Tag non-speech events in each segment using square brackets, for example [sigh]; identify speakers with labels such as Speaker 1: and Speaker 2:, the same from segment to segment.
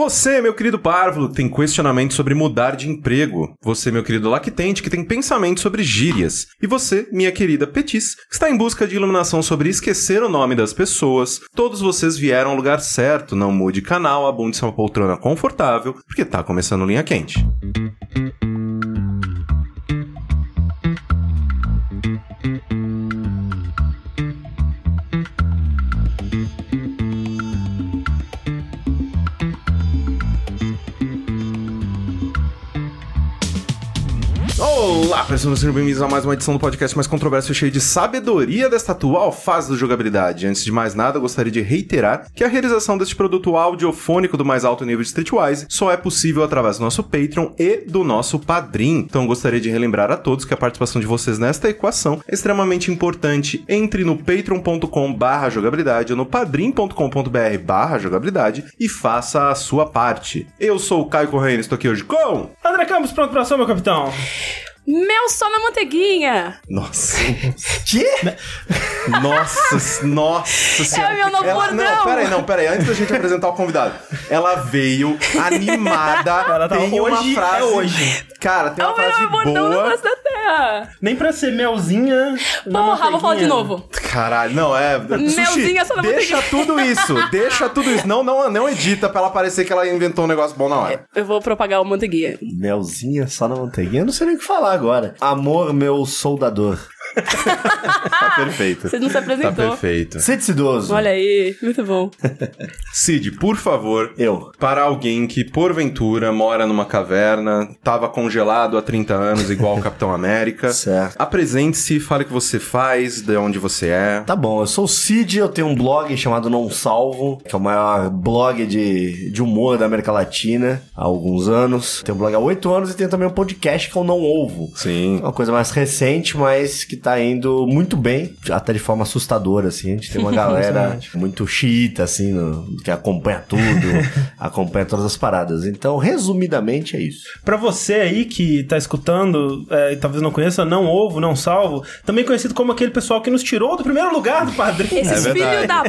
Speaker 1: Você, meu querido Párvulo, tem questionamento sobre mudar de emprego. Você, meu querido Lactente, que tem pensamento sobre gírias. E você, minha querida Petis, que está em busca de iluminação sobre esquecer o nome das pessoas. Todos vocês vieram ao lugar certo. Não mude canal, abunde uma poltrona confortável, porque tá começando linha quente. Olá, pessoas, sejam bem-vindos a mais uma edição do podcast mais controverso e cheio de sabedoria desta atual fase da jogabilidade. Antes de mais nada, eu gostaria de reiterar que a realização deste produto audiofônico do mais alto nível de Streetwise só é possível através do nosso Patreon e do nosso Padrim. Então, eu gostaria de relembrar a todos que a participação de vocês nesta equação é extremamente importante. Entre no patreon.com barra jogabilidade ou no padrim.com.br barra jogabilidade e faça a sua parte. Eu sou o Caio Correia e estou aqui hoje com...
Speaker 2: André Campos, pronto pra ação, meu capitão.
Speaker 3: Mel só na manteiguinha! [laughs]
Speaker 1: Nossa...
Speaker 4: Que?
Speaker 1: Nossa, nossa senhora.
Speaker 3: É meu novo
Speaker 1: Ela-
Speaker 3: bordão.
Speaker 1: Não, peraí, não, peraí. Antes da gente apresentar o convidado. Ela veio animada.
Speaker 2: [laughs] Ela tava-
Speaker 1: tem
Speaker 2: hoje
Speaker 1: uma
Speaker 2: é
Speaker 1: frase...
Speaker 2: hoje.
Speaker 1: Cara, tem
Speaker 3: É
Speaker 1: uma
Speaker 3: o melhor
Speaker 1: frase
Speaker 3: bordão do
Speaker 1: boa...
Speaker 3: negócio da terra!
Speaker 2: Nem pra ser melzinha. na
Speaker 3: Porra, vou falar de
Speaker 2: manteiguinha.
Speaker 3: novo.
Speaker 1: Caralho, não, é...
Speaker 3: Melzinha só na
Speaker 1: deixa
Speaker 3: manteiga.
Speaker 1: tudo isso. Deixa tudo isso. Não, não, não edita pra ela parecer que ela inventou um negócio bom na hora.
Speaker 3: Eu vou propagar o manteiguinha.
Speaker 4: Melzinha só na manteiguinha? Eu não sei nem o que falar agora. Amor, meu soldador.
Speaker 1: Tá perfeito.
Speaker 3: Ah, Você não se
Speaker 1: Tá
Speaker 3: apresentou.
Speaker 1: perfeito.
Speaker 4: Sente-se idoso.
Speaker 3: Olha aí, muito bom.
Speaker 1: Cid, por favor,
Speaker 4: Eu.
Speaker 1: para alguém que, porventura, mora numa caverna, tava congelado há 30 anos, igual
Speaker 4: [laughs]
Speaker 1: o Capitão América.
Speaker 4: Certo.
Speaker 1: Apresente-se, fale o que você faz, de onde você é.
Speaker 4: Tá bom, eu sou o Cid, eu tenho um blog chamado Não Salvo, que é o maior blog de, de humor da América Latina há alguns anos. Tenho um blog há oito anos e tenho também um podcast que é o Não Ovo.
Speaker 1: Sim.
Speaker 4: Uma coisa mais recente, mas que tá indo muito bem, até de forma assustadora, assim. A gente tem uma galera muito xiita, assim, no- que acompanha tudo, acompanha todas as paradas. Então, resumidamente, é isso.
Speaker 2: Pra você aí que tá escutando, é, e talvez não conheça, não ovo, não salvo, também conhecido como aquele pessoal que nos tirou do primeiro lugar do padrinho.
Speaker 3: Esses
Speaker 1: É verdade.
Speaker 3: filhos da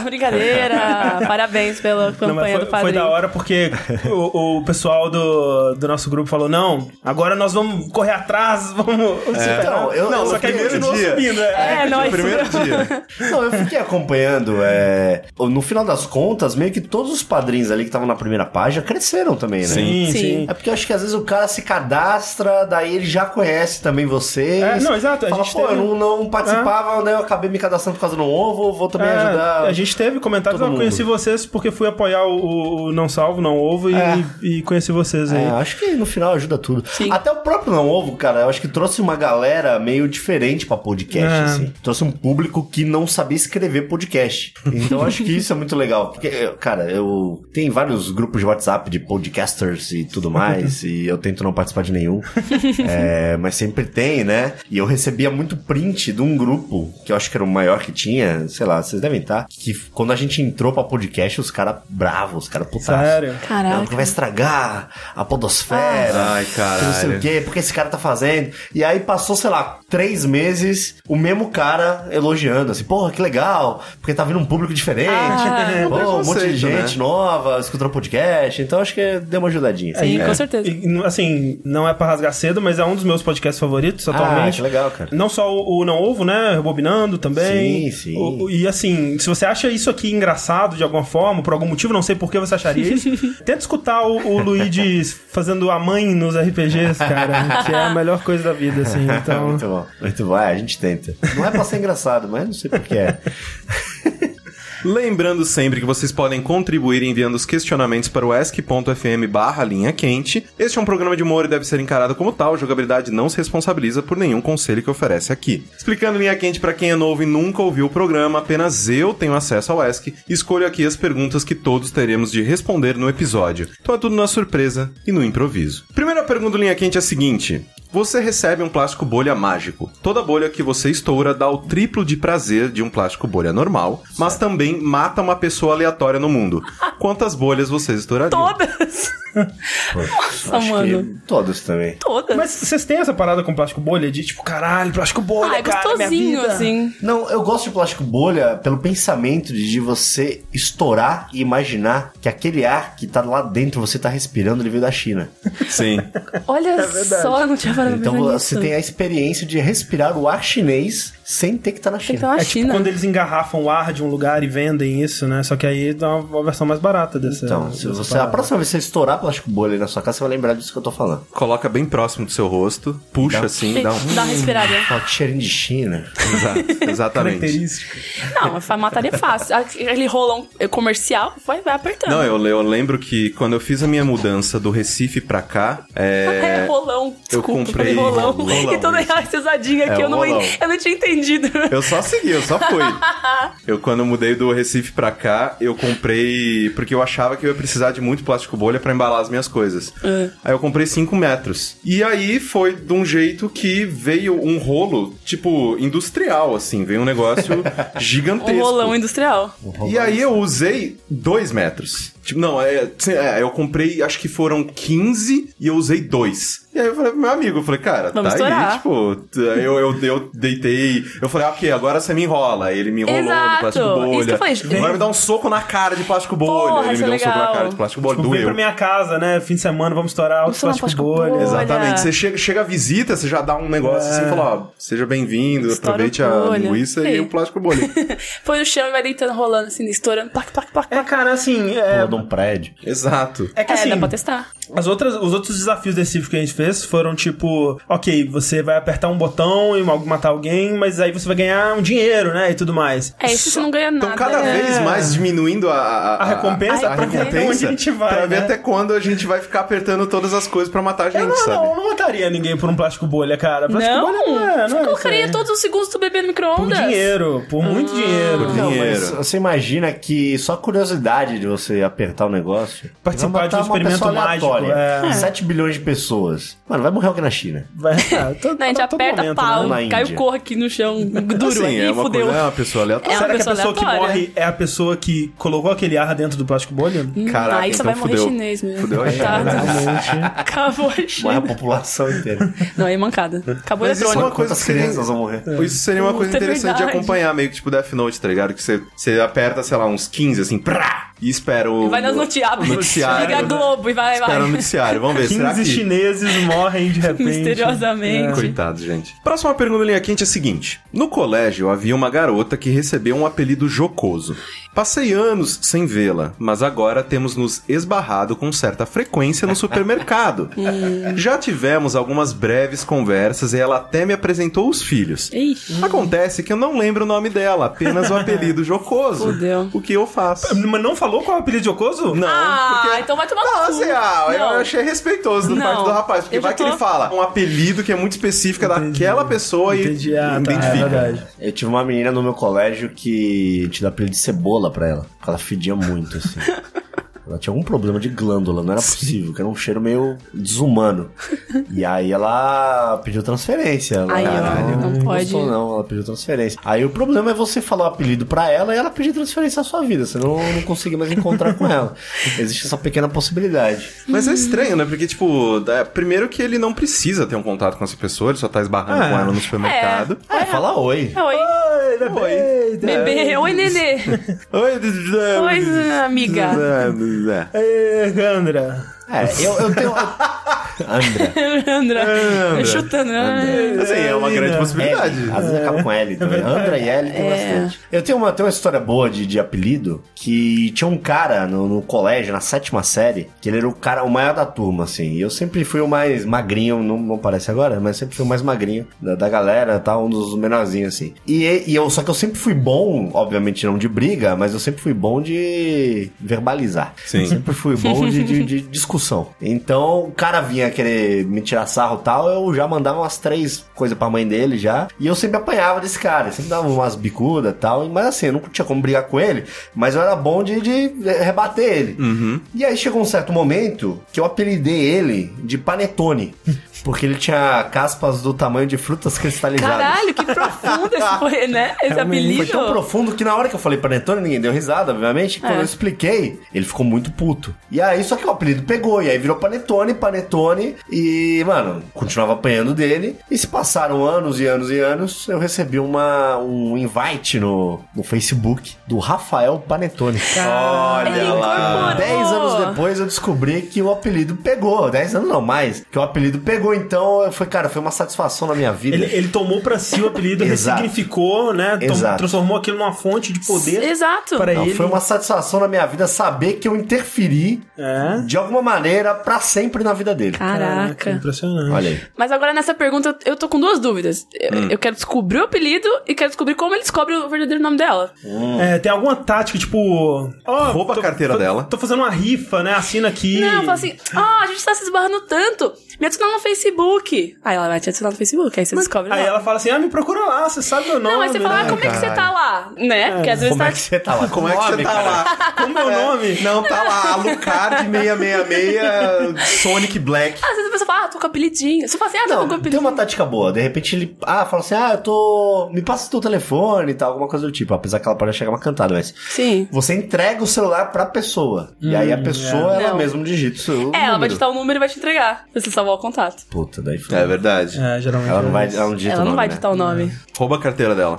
Speaker 2: [laughs]
Speaker 3: Brincadeira! Parabéns
Speaker 2: Não,
Speaker 3: pela
Speaker 2: mas
Speaker 3: campanha
Speaker 2: foi, foi
Speaker 3: do padrinho.
Speaker 2: da hora porque o, o pessoal do, do nosso grupo falou: não, agora nós vamos correr atrás, vamos.
Speaker 4: Então, eu- eu
Speaker 2: Só que aí
Speaker 4: fiquei-
Speaker 2: continuou subindo. É.
Speaker 3: É, nós.
Speaker 1: Primeiro dia.
Speaker 4: Não, eu fiquei acompanhando. É... No final das contas, meio que todos os padrinhos ali que estavam na primeira página cresceram também, né?
Speaker 2: Sim, sim.
Speaker 3: Sim.
Speaker 4: É porque eu acho que às vezes o cara se cadastra, daí ele já conhece também vocês.
Speaker 2: É, não, exato, a
Speaker 4: Fala,
Speaker 2: gente
Speaker 4: pô,
Speaker 2: teve- um,
Speaker 4: eu não, não participava, né? Eu acabei me cadastrando por causa do ovo, vou também
Speaker 2: É,
Speaker 4: ajudar.
Speaker 2: a gente teve comentários, "Ah,
Speaker 4: todo
Speaker 2: eu
Speaker 4: mundo.
Speaker 2: conheci vocês porque fui apoiar o, o- o Não Salvo, Não Ovo e,
Speaker 4: É.
Speaker 2: e conheci vocês aí.
Speaker 4: É, acho que no final ajuda tudo.
Speaker 3: Sim.
Speaker 4: Até o próprio Não Ovo, cara, eu acho que trouxe uma galera meio diferente pra podcast,
Speaker 2: É.
Speaker 4: assim. Trouxe um público que não sabia escrever podcast. Então eu acho que isso é muito legal. Porque, eu- cara, eu... Tem vários grupos de WhatsApp de podcasters e tudo mais, e eu tento não participar de nenhum.
Speaker 2: [laughs]
Speaker 4: É, mas sempre tem, né? E eu recebia muito print de um grupo, que eu acho que era o maior que tinha, sei lá, vocês devem estar, que quando a gente entrou pra podcast, os caras bravos, os caras putaços.
Speaker 2: Sério.
Speaker 4: Não, porque
Speaker 3: Caraca.
Speaker 4: vai estragar a podosfera.
Speaker 1: Ai, caralho.
Speaker 4: Não sei o quê, porque esse cara tá fazendo. E aí passou, sei lá, três meses, o mesmo cara elogiando, assim, porra, que legal, porque tá vindo um público diferente.
Speaker 3: Ah.
Speaker 4: Pô, um monte de
Speaker 1: Preconceito, né?
Speaker 4: gente nova, escutando podcast. Então acho que deu uma ajudadinha. assim, né?
Speaker 3: Sim,
Speaker 2: É.
Speaker 3: com certeza.
Speaker 2: E, n- assim, não é pra rasgar cedo, mas é um dos meus podcasts favoritos atualmente.
Speaker 4: Ah, que legal, cara.
Speaker 2: Não só o, o Não Ovo, né? Rebobinando também.
Speaker 4: Sim, sim.
Speaker 2: O- o- e assim, se você acha isso aqui engraçado de alguma forma, por algum motivo, não sei por que você acharia
Speaker 3: [laughs]
Speaker 2: isso, tenta escutar o, o Luigi fazendo a mãe nos RPGs, cara, que é a melhor coisa da vida, assim. Então,
Speaker 4: Tá Muito bom, muito bom. É, a gente tenta. Não é pra ser engraçado, mas não sei
Speaker 3: [laughs]
Speaker 4: porque é.
Speaker 1: Lembrando sempre que vocês podem contribuir enviando os questionamentos para o ask.fm barra linha quente. Este é um programa de humor e deve ser encarado como tal. Jogabilidade não se responsabiliza por nenhum conselho que oferece aqui. Explicando linha quente para quem é novo e nunca ouviu o programa, apenas eu tenho acesso ao ask. Escolho aqui as perguntas que todos teremos de responder no episódio. Então é tudo na surpresa e no improviso. Primeira pergunta do linha quente é a seguinte. Você recebe um plástico bolha mágico. Toda bolha que você estoura dá o triplo de prazer de um plástico bolha normal, mas também mata uma pessoa aleatória no mundo. Quantas bolhas vocês estourariam?
Speaker 3: Todas! Nossa,
Speaker 4: Acho
Speaker 3: mano.
Speaker 4: que todos também.
Speaker 3: Toda.
Speaker 2: Mas vocês têm essa parada com plástico bolha de tipo, caralho, plástico bolha,
Speaker 3: ah, é
Speaker 2: cara, minha
Speaker 3: gostosinho,
Speaker 2: vida. tipo,
Speaker 3: assim.
Speaker 4: Não, eu gosto de plástico bolha pelo pensamento de de você estourar e imaginar que aquele ar que tá lá dentro, você tá respirando, ele veio da China.
Speaker 1: Sim.
Speaker 3: Olha
Speaker 2: É
Speaker 3: só, eu não tinha parado pra
Speaker 4: Então
Speaker 3: pensar
Speaker 4: você
Speaker 3: nisso.
Speaker 4: tem a experiência de respirar o ar chinês sem ter que estar na China.
Speaker 3: Então a
Speaker 2: É tipo
Speaker 3: China.
Speaker 2: quando eles engarrafam o ar de um lugar e vendem isso, né? Só que aí dá uma versão mais barata dessa.
Speaker 4: Então, se
Speaker 2: dessa
Speaker 4: você, a
Speaker 2: parada.
Speaker 4: próxima vez que você estourar plástico bolha aí na sua casa, você vai lembrar disso que eu tô falando.
Speaker 1: Coloca bem próximo do seu rosto, puxa
Speaker 4: Dá-
Speaker 1: assim,
Speaker 3: Tem-
Speaker 1: dá um.
Speaker 3: Dá uma respirada.
Speaker 4: Fala que cheirinho de China.
Speaker 1: Exato, exatamente.
Speaker 2: Característica.
Speaker 3: Não, mas fa- mataria fácil. Aquele rolão um, é, comercial vai, vai apertando.
Speaker 1: Não, eu, eu lembro que quando eu fiz a minha mudança do Recife pra cá,
Speaker 3: [laughs] É,
Speaker 1: é,
Speaker 3: rolão. Desculpa, eu falei
Speaker 1: comprei um
Speaker 3: rolão.
Speaker 1: rolão,
Speaker 3: E toda
Speaker 1: isso.
Speaker 3: a risadinha aqui,
Speaker 1: É,
Speaker 3: eu, não,
Speaker 1: rolão.
Speaker 3: eu não tinha entendido.
Speaker 1: Eu só segui, eu só fui. Eu, quando eu mudei do Recife pra cá, eu comprei. Porque eu achava que eu ia precisar de muito plástico bolha pra embalar as minhas coisas.
Speaker 3: É.
Speaker 1: Aí eu comprei 5 metros. E aí foi de um jeito que veio um rolo, tipo, industrial, assim. Veio um
Speaker 3: [laughs]
Speaker 1: negócio gigantesco.
Speaker 3: Um
Speaker 1: [laughs]
Speaker 3: rolão industrial.
Speaker 1: E aí eu usei 2 metros. Tipo, não, é, sim, é, eu comprei, acho que foram 15 e eu usei 2. E aí eu falei pro meu amigo, eu falei, cara,
Speaker 3: Vamos
Speaker 1: tá aí,
Speaker 3: estourar.
Speaker 1: tipo, t- eu, eu, eu deitei. Eu falei, ah, ok, agora você me enrola. Aí Ele me enrolou
Speaker 3: Exato,
Speaker 1: no plástico
Speaker 3: isso
Speaker 1: bolha.
Speaker 3: que eu falei.
Speaker 1: Agora me dá um soco na cara de plástico bolha.
Speaker 3: Porra,
Speaker 1: Ele
Speaker 3: isso
Speaker 1: me deu um
Speaker 3: é
Speaker 1: soco na
Speaker 3: legal.
Speaker 1: cara de plástico bolha.
Speaker 2: Tipo, vem pra
Speaker 1: Doeu.
Speaker 2: minha casa, né? Fim de semana, vamos estourar o
Speaker 3: Vamos estourar um
Speaker 2: plástico
Speaker 3: plástico
Speaker 2: bolha. É.
Speaker 3: bolha. Olha.
Speaker 1: Exatamente. Você chega, chega a visita, você já dá um negócio assim e fala, ó, seja bem-vindo,
Speaker 3: Estoura
Speaker 1: aproveite
Speaker 3: o
Speaker 1: a
Speaker 3: bolha.
Speaker 1: linguiça
Speaker 3: Ei.
Speaker 1: e o plástico bolha. [laughs]
Speaker 3: Põe no chão e vai deitando, rolando, assim, estourando. Plac, plac, plac,
Speaker 2: É,
Speaker 3: plac.
Speaker 2: cara, assim. É,
Speaker 4: Pula de um prédio.
Speaker 1: Exato.
Speaker 2: é que
Speaker 3: É,
Speaker 2: assim,
Speaker 3: dá pra testar.
Speaker 2: As outras, os outros desafios desse tipo que a gente fez foram tipo, ok, você vai apertar um botão e mal- matar alguém, mas aí você vai ganhar um dinheiro, né? E tudo mais.
Speaker 3: É, isso você não ganha nada.
Speaker 1: Então, cada
Speaker 3: né?
Speaker 1: vez mais diminuindo a, a,
Speaker 2: A recompensa,
Speaker 1: a
Speaker 3: pra ver
Speaker 1: recompensa,
Speaker 2: onde a gente vai,
Speaker 1: pra ver
Speaker 2: né?
Speaker 1: até quando a gente vai ficar apertando todas as coisas pra matar a gente,
Speaker 2: Eu Ah, não,
Speaker 1: sabe?
Speaker 2: não, eu não mataria ninguém por um plástico bolha, cara. Plástico
Speaker 3: Não,
Speaker 2: bolha não é, não é
Speaker 3: eu colocaria Hum.
Speaker 2: isso aí.
Speaker 3: todos os segundos do bebê no
Speaker 2: Por
Speaker 3: micro-ondas.
Speaker 2: dinheiro, por muito dinheiro.
Speaker 1: Por
Speaker 4: Não,
Speaker 1: Dinheiro.
Speaker 4: mas você imagina que só a curiosidade de você apertar o negócio.
Speaker 2: Participar
Speaker 4: vai
Speaker 2: de
Speaker 4: matar
Speaker 2: um
Speaker 4: uma
Speaker 2: experimento
Speaker 4: pessoa
Speaker 2: mágico,
Speaker 4: aleatória.
Speaker 2: é.
Speaker 4: 7 bilhões de pessoas. Mano, vai morrer alguém na China.
Speaker 2: Vai,
Speaker 3: [laughs]
Speaker 2: tá, tá,
Speaker 3: Não, a gente
Speaker 2: tá todo
Speaker 3: aperta
Speaker 2: momento,
Speaker 3: pau,
Speaker 4: né? Na
Speaker 3: cai o
Speaker 4: Índia.
Speaker 3: corpo aqui no chão, duro,
Speaker 1: [laughs] Assim,
Speaker 3: aí
Speaker 1: é uma
Speaker 3: fudeu.
Speaker 1: coisa- é uma pessoa aleatória.
Speaker 3: É uma
Speaker 2: Será que a
Speaker 3: pessoa
Speaker 2: pessoa que
Speaker 3: aleatória.
Speaker 2: morre é a pessoa que colocou aquele ar dentro do plástico bolha?
Speaker 3: Hum,
Speaker 1: Caraca,
Speaker 3: aí só
Speaker 1: então
Speaker 3: vai morrer
Speaker 1: fudeu.
Speaker 3: chinês mesmo.
Speaker 1: Fudeu a
Speaker 3: Coitado.
Speaker 2: Realmente.
Speaker 3: [laughs] Acabou a
Speaker 4: Morre a
Speaker 3: China.
Speaker 4: população [laughs] inteira.
Speaker 3: Não, aí é mancada. Acabou o
Speaker 1: Mas isso é uma
Speaker 3: eletrônico.
Speaker 1: coisa
Speaker 4: Quantas
Speaker 1: que-
Speaker 4: crianças vão morrer?
Speaker 1: Isso seria uma
Speaker 3: Puta,
Speaker 1: coisa
Speaker 3: é
Speaker 1: interessante de
Speaker 3: verdade.
Speaker 1: acompanhar, meio que tipo Death Note, tá ligado? Que você, você aperta, sei lá, uns 15, assim, prá, e espera o...
Speaker 3: Vai nas noticiários.
Speaker 1: noticiário. né?
Speaker 3: Liga a Globo e vai, vai.
Speaker 1: Espera o
Speaker 3: [laughs]
Speaker 1: noticiário, vamos ver, será
Speaker 2: 15
Speaker 1: que...
Speaker 2: chineses morrem de repente.
Speaker 3: Misteriosamente.
Speaker 1: Coitados, gente. Próxima pergunta linha quente é a seguinte: No colégio havia uma garota que recebeu um apelido jocoso. Passei anos sem vê-la, mas agora temos nos esbarrado com certa frequência no
Speaker 3: [laughs]
Speaker 1: supermercado. Já tivemos algumas breves conversas e ela até me apresentou os filhos.
Speaker 3: Ixi.
Speaker 1: Acontece que eu não lembro o nome dela, apenas o
Speaker 3: [laughs]
Speaker 1: apelido jocoso.
Speaker 3: Fudeu.
Speaker 1: O que eu faço?
Speaker 2: Mas não falou qual é o apelido jocoso?
Speaker 1: Não,
Speaker 3: Ah,
Speaker 1: porque
Speaker 3: então vai tomar
Speaker 1: Não,
Speaker 3: no cu.
Speaker 1: assim, ah,
Speaker 3: Não.
Speaker 1: eu achei respeitoso da
Speaker 3: Não.
Speaker 1: parte do rapaz, porque
Speaker 3: Eu já
Speaker 1: vai que ele
Speaker 3: tô-
Speaker 1: fala um apelido que é muito específico
Speaker 2: Entendi.
Speaker 1: daquela pessoa
Speaker 2: Entendi,
Speaker 1: e
Speaker 2: ah, tá, é
Speaker 1: identifica.
Speaker 2: verdade.
Speaker 4: Eu tive uma menina no meu colégio que te dá apelido de cebola pra ela. Porque ela fedia muito, [laughs] assim. Ela tinha algum problema de glândula, não era possível, que era um cheiro meio desumano. [laughs] E aí ela pediu transferência. Ela,
Speaker 3: Ai,
Speaker 4: ela
Speaker 3: não, não pode.
Speaker 4: gostou, não, ela pediu transferência. Aí o problema é você falar o apelido pra ela e ela pedir transferência à sua vida. Você não, não conseguir mais encontrar com ela. Existe essa pequena possibilidade.
Speaker 1: Mas é estranho, né? Porque, tipo, é, primeiro que ele não precisa ter um contato com essa pessoa, ele só tá esbarrando
Speaker 2: Ah,
Speaker 1: com ela no supermercado.
Speaker 4: É, fala oi.
Speaker 3: Oi,
Speaker 2: Oi, bebê.
Speaker 1: Oi.
Speaker 3: bebê.
Speaker 1: [laughs]
Speaker 3: Oi, nenê.
Speaker 1: Oi,
Speaker 3: Oi, amiga.
Speaker 1: amiga.
Speaker 2: Ei, Gandra.
Speaker 4: É, eu, eu tenho. [laughs] Andra.
Speaker 3: Andra. Chutando.
Speaker 1: Assim, é uma grande possibilidade. É
Speaker 4: L, É, às vezes acaba com L também. Andra e L tem bastante. Eu tenho uma, tenho uma história boa de, de apelido, que tinha um cara no, no colégio, na sétima série, que ele era o cara, o maior da turma, assim. E eu sempre fui o mais magrinho, não, não parece agora, mas sempre fui o mais magrinho da, da galera, tá? Um dos menorzinhos, assim. E, e eu, só que eu sempre fui bom, obviamente não de briga, mas eu sempre fui bom de verbalizar.
Speaker 1: Sim.
Speaker 4: Sempre fui bom de, de- de discussão. Então, o cara vinha querer me tirar sarro e tal, eu já mandava umas três coisas pra mãe dele já. E eu sempre apanhava desse cara, sempre dava umas bicudas e tal. Mas assim, eu não tinha como brigar com ele, mas eu era bom de, de eh, rebater ele. E aí chegou um certo momento que eu apelidei ele de Panetone. [laughs] Porque ele tinha caspas do tamanho de frutas cristalizadas.
Speaker 3: Ah, Caralho, que profundo esse foi, né? Esse
Speaker 4: Foi
Speaker 3: apelido.
Speaker 4: tão profundo que na hora que eu falei panetone, ninguém deu risada, obviamente. Quando
Speaker 3: É.
Speaker 4: eu expliquei, ele ficou muito puto. E aí, só que o apelido pegou, e aí virou panetone, panetone, e, mano, continuava apanhando dele. E se passaram anos e anos e anos, eu recebi uma, um invite no, no Facebook do Rafael Panetone.
Speaker 3: Ele
Speaker 4: Olha lá.
Speaker 3: incorporou.
Speaker 4: Dez anos depois eu descobri que o apelido pegou. Dez anos não mais. Que o apelido pegou, então foi, cara, foi uma satisfação na minha vida.
Speaker 2: Ele, ele tomou pra si o apelido,
Speaker 4: Exato.
Speaker 2: ressignificou, né? Tom-
Speaker 4: Exato.
Speaker 2: Transformou aquilo numa fonte de poder
Speaker 3: Exato.
Speaker 2: para
Speaker 4: Não,
Speaker 2: ele.
Speaker 4: foi uma satisfação na minha vida saber que eu interferi
Speaker 2: É.
Speaker 4: de alguma maneira pra sempre na vida dele.
Speaker 2: Caraca,
Speaker 3: Caraca.
Speaker 2: impressionante.
Speaker 4: Olha aí.
Speaker 3: Mas agora nessa pergunta eu- eu tô com duas dúvidas. Eu,
Speaker 1: Hum.
Speaker 3: eu quero descobrir o apelido e quero descobrir como ele descobre o verdadeiro nome dela.
Speaker 2: É, tem alguma tática, tipo. ó,
Speaker 1: Rouba a carteira
Speaker 2: fa-
Speaker 1: dela.
Speaker 2: Tô fazendo uma rifa, né? Assina aqui.
Speaker 3: Não, eu falo assim: ah, a gente tá se esbarrando tanto. Me adiciona no Facebook. Aí ela vai te adicionar no Facebook, aí você descobre.
Speaker 2: Aí
Speaker 3: lá.
Speaker 2: ela fala assim: ah, me procura lá, você sabe meu nome.
Speaker 3: Não, aí você fala, ah,
Speaker 2: né?
Speaker 3: como é que você tá lá? Né? Porque às vezes
Speaker 4: Como
Speaker 3: tá.
Speaker 4: é que você tá lá?
Speaker 1: Como é que você tá lá?
Speaker 2: Como é o
Speaker 4: [laughs]
Speaker 2: nome?
Speaker 1: Não, tá lá, Alucard 666, Sonic Black.
Speaker 3: Às vezes a pessoa fala, ah, tô com apelidinho. Você fala assim, ah, tô com
Speaker 4: Não, Então, tem
Speaker 3: apelidinho.
Speaker 4: uma tática boa. De repente ele. Ah, fala assim: ah, eu tô. Me passa o teu telefone e tal, alguma coisa do tipo. Apesar que ela pode chegar uma cantada, mas.
Speaker 3: Sim.
Speaker 4: Você entrega o celular pra pessoa. e aí a
Speaker 1: Hum,
Speaker 4: pessoa, ela
Speaker 3: Não.
Speaker 4: mesma digita o seu.
Speaker 3: É, ela vai
Speaker 4: número.
Speaker 3: te dar o número e vai te entregar. Pra você salvar o contato.
Speaker 4: Puta, daí foi.
Speaker 1: É verdade.
Speaker 2: É, geralmente.
Speaker 4: Ela não vai. Ela não digita
Speaker 3: Ela
Speaker 4: o
Speaker 3: não
Speaker 4: nome,
Speaker 3: vai
Speaker 4: né?
Speaker 3: digitar o nome.
Speaker 1: Rouba a carteira dela.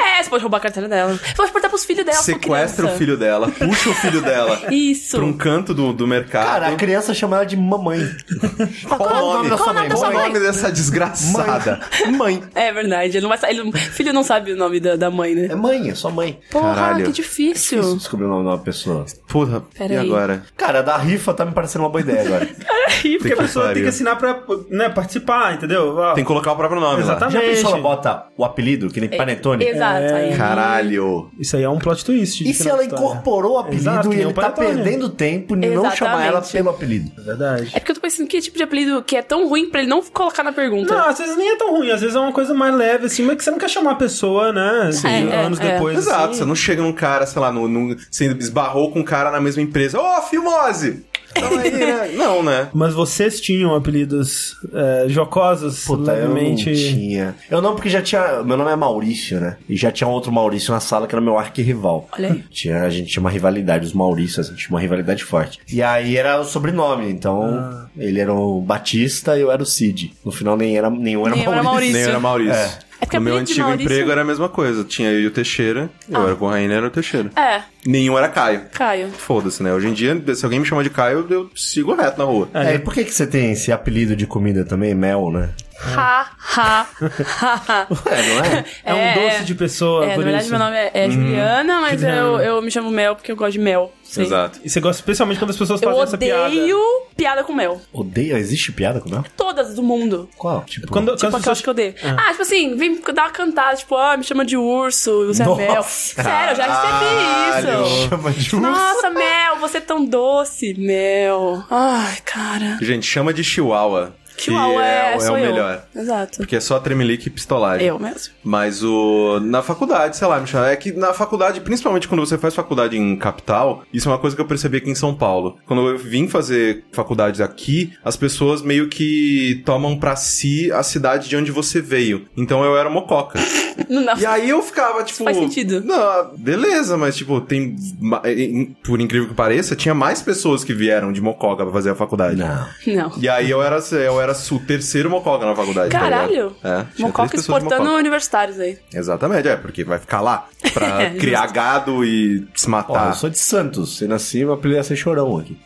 Speaker 3: É, você pode roubar a carteira dela. Você pode portar pros filhos dela.
Speaker 1: Sequestra o
Speaker 3: filho.
Speaker 1: filho dela, puxa o filho dela
Speaker 3: Isso.
Speaker 1: pra um canto do, do mercado.
Speaker 4: Cara, a criança chama ela de mamãe.
Speaker 1: Ah, qual
Speaker 4: é o nome da sua
Speaker 1: Qual
Speaker 4: mãe?
Speaker 1: o
Speaker 4: Mãe.
Speaker 1: nome dessa desgraçada? Mãe.
Speaker 3: É verdade. Ele não vai sa- ele não- filho não sabe o nome da, da mãe, né?
Speaker 4: É mãe, é sua mãe.
Speaker 3: Porra,
Speaker 1: Caralho.
Speaker 3: que difícil.
Speaker 4: Preciso descobrir o nome de uma pessoa.
Speaker 1: Porra,
Speaker 3: Pera
Speaker 1: e
Speaker 3: aí.
Speaker 1: agora?
Speaker 4: Cara, da rifa tá me parecendo uma boa ideia agora.
Speaker 3: Aí,
Speaker 2: Porque a pessoa
Speaker 1: pariu.
Speaker 2: tem que assinar pra né, participar, entendeu? Ó,
Speaker 1: Tem que colocar o próprio nome lá.
Speaker 2: Exatamente.
Speaker 4: Já pensou ela bota o apelido, que nem Panetone?
Speaker 3: Exato.
Speaker 1: É.
Speaker 3: Aí.
Speaker 1: Caralho.
Speaker 2: Isso aí é um plot twist. de
Speaker 4: E se
Speaker 2: final
Speaker 4: ela
Speaker 2: de história.
Speaker 4: incorporou o apelido
Speaker 2: Exato,
Speaker 4: e
Speaker 2: que nem
Speaker 4: ele
Speaker 2: o
Speaker 4: tá
Speaker 2: Panetone.
Speaker 4: perdendo tempo em não
Speaker 3: Exatamente.
Speaker 4: chamar ela pelo apelido?
Speaker 2: É Verdade.
Speaker 3: É porque eu tô pensando que tipo de apelido que é tão ruim pra ele não colocar na pergunta.
Speaker 2: Não, às vezes nem é tão ruim, às vezes é uma coisa mais leve, assim, mas que você não quer chamar a pessoa, né? assim,
Speaker 3: É, é,
Speaker 2: anos
Speaker 3: é.
Speaker 2: depois.
Speaker 1: Exato,
Speaker 2: assim.
Speaker 1: você não chega num cara, sei lá, no, num- você esbarrou com um cara na mesma empresa. Ô, Filmose! Então aí,
Speaker 3: [laughs]
Speaker 1: né? Não, né?
Speaker 2: Mas vocês tinham apelidos é, jocosos,
Speaker 4: Puta, eu não
Speaker 2: levemente.
Speaker 4: tinha. Eu não, porque já tinha. Meu nome é Maurício, né? E já tinha um outro Maurício na sala que era meu arquirrival.
Speaker 3: Olha aí.
Speaker 4: Tinha, a gente tinha uma rivalidade, os Maurícios, a gente tinha uma rivalidade forte. E aí era o sobrenome, então
Speaker 3: Ah.
Speaker 4: ele era o Batista e eu era o Cid. No final nem era, nenhum era
Speaker 3: Nenhum era
Speaker 4: Maurício.
Speaker 3: Maurício.
Speaker 1: Nem eu era Maurício.
Speaker 4: É.
Speaker 3: É porque
Speaker 1: no meu
Speaker 3: apelido de
Speaker 1: antigo
Speaker 3: Maurício- Ah.
Speaker 1: emprego era a mesma coisa. Tinha eu e o Teixeira, eu era com a Rainha era o Teixeira.
Speaker 3: É,
Speaker 1: Nenhum era Caio.
Speaker 3: Caio.
Speaker 1: Foda-se, né? Hoje em dia, se alguém me chama de Caio, eu sigo reto na rua.
Speaker 4: É, e por que, que você tem esse apelido de comida também? Mel, né?
Speaker 3: Ha, ha, ha, ha.
Speaker 4: É,
Speaker 3: [laughs]
Speaker 4: não é?
Speaker 2: É um
Speaker 3: É,
Speaker 2: doce de pessoa,
Speaker 3: É,
Speaker 2: por
Speaker 3: na verdade,
Speaker 2: isso. Uhum.
Speaker 3: meu nome é, é Juliana, mas eu, eu me chamo Mel porque eu gosto de mel. Sim.
Speaker 1: Exato.
Speaker 2: E você gosta especialmente quando as pessoas
Speaker 3: Eu
Speaker 2: fazem essa piada.
Speaker 3: odeio Tipo, piada. com mel.
Speaker 4: Odeio. Existe piada com mel?
Speaker 3: Todas do mundo.
Speaker 4: Qual? Tipo.
Speaker 2: Quando, quando
Speaker 3: Tipo,
Speaker 2: as
Speaker 3: que eu
Speaker 2: pessoas...
Speaker 3: acho que eu odeio. Ah, tipo assim, vem dar uma cantada, tipo, ah, me chama de urso, você
Speaker 4: Nossa.
Speaker 3: é mel. Sério, eu já recebi isso.
Speaker 4: [laughs] Chama de urso.
Speaker 3: Nossa, Mel, você é tão doce, Mel. Ai, cara.
Speaker 1: Gente, chama de Chihuahua.
Speaker 3: Que uau
Speaker 1: é,
Speaker 3: é,
Speaker 1: é
Speaker 3: sou
Speaker 1: o
Speaker 3: eu.
Speaker 1: melhor.
Speaker 3: Exato.
Speaker 1: Porque é só tremelique e pistolagem.
Speaker 3: Eu mesmo. [laughs]
Speaker 1: Mas o. Na faculdade, sei lá, Michel, é que na faculdade, principalmente quando você faz faculdade em capital, isso é uma coisa que eu percebi aqui em São Paulo. Quando eu vim fazer faculdades aqui, as pessoas meio que tomam pra si a cidade de onde você veio. Então eu era mococa.
Speaker 3: Não, não.
Speaker 1: [laughs] E aí eu ficava, tipo.
Speaker 3: faz sentido.
Speaker 1: Não, ah, beleza, mas, tipo, tem. ma- eh, em- Por incrível que pareça, tinha mais pessoas que vieram de mococa pra fazer a faculdade.
Speaker 4: Não.
Speaker 3: não.
Speaker 1: E aí eu era, eu era o terceiro mococa na faculdade. tá
Speaker 3: Caralho.
Speaker 1: ligado? é, tinha três
Speaker 3: Mococa
Speaker 1: pessoas de
Speaker 3: exportando
Speaker 1: mococa.
Speaker 3: universitários aí.
Speaker 1: Exatamente, é, porque vai ficar lá pra
Speaker 3: É,
Speaker 1: criar gado e se
Speaker 4: Ó,
Speaker 1: matar.
Speaker 4: eu sou de Santos. Se nasci, meu apelido ia ser chorão aqui.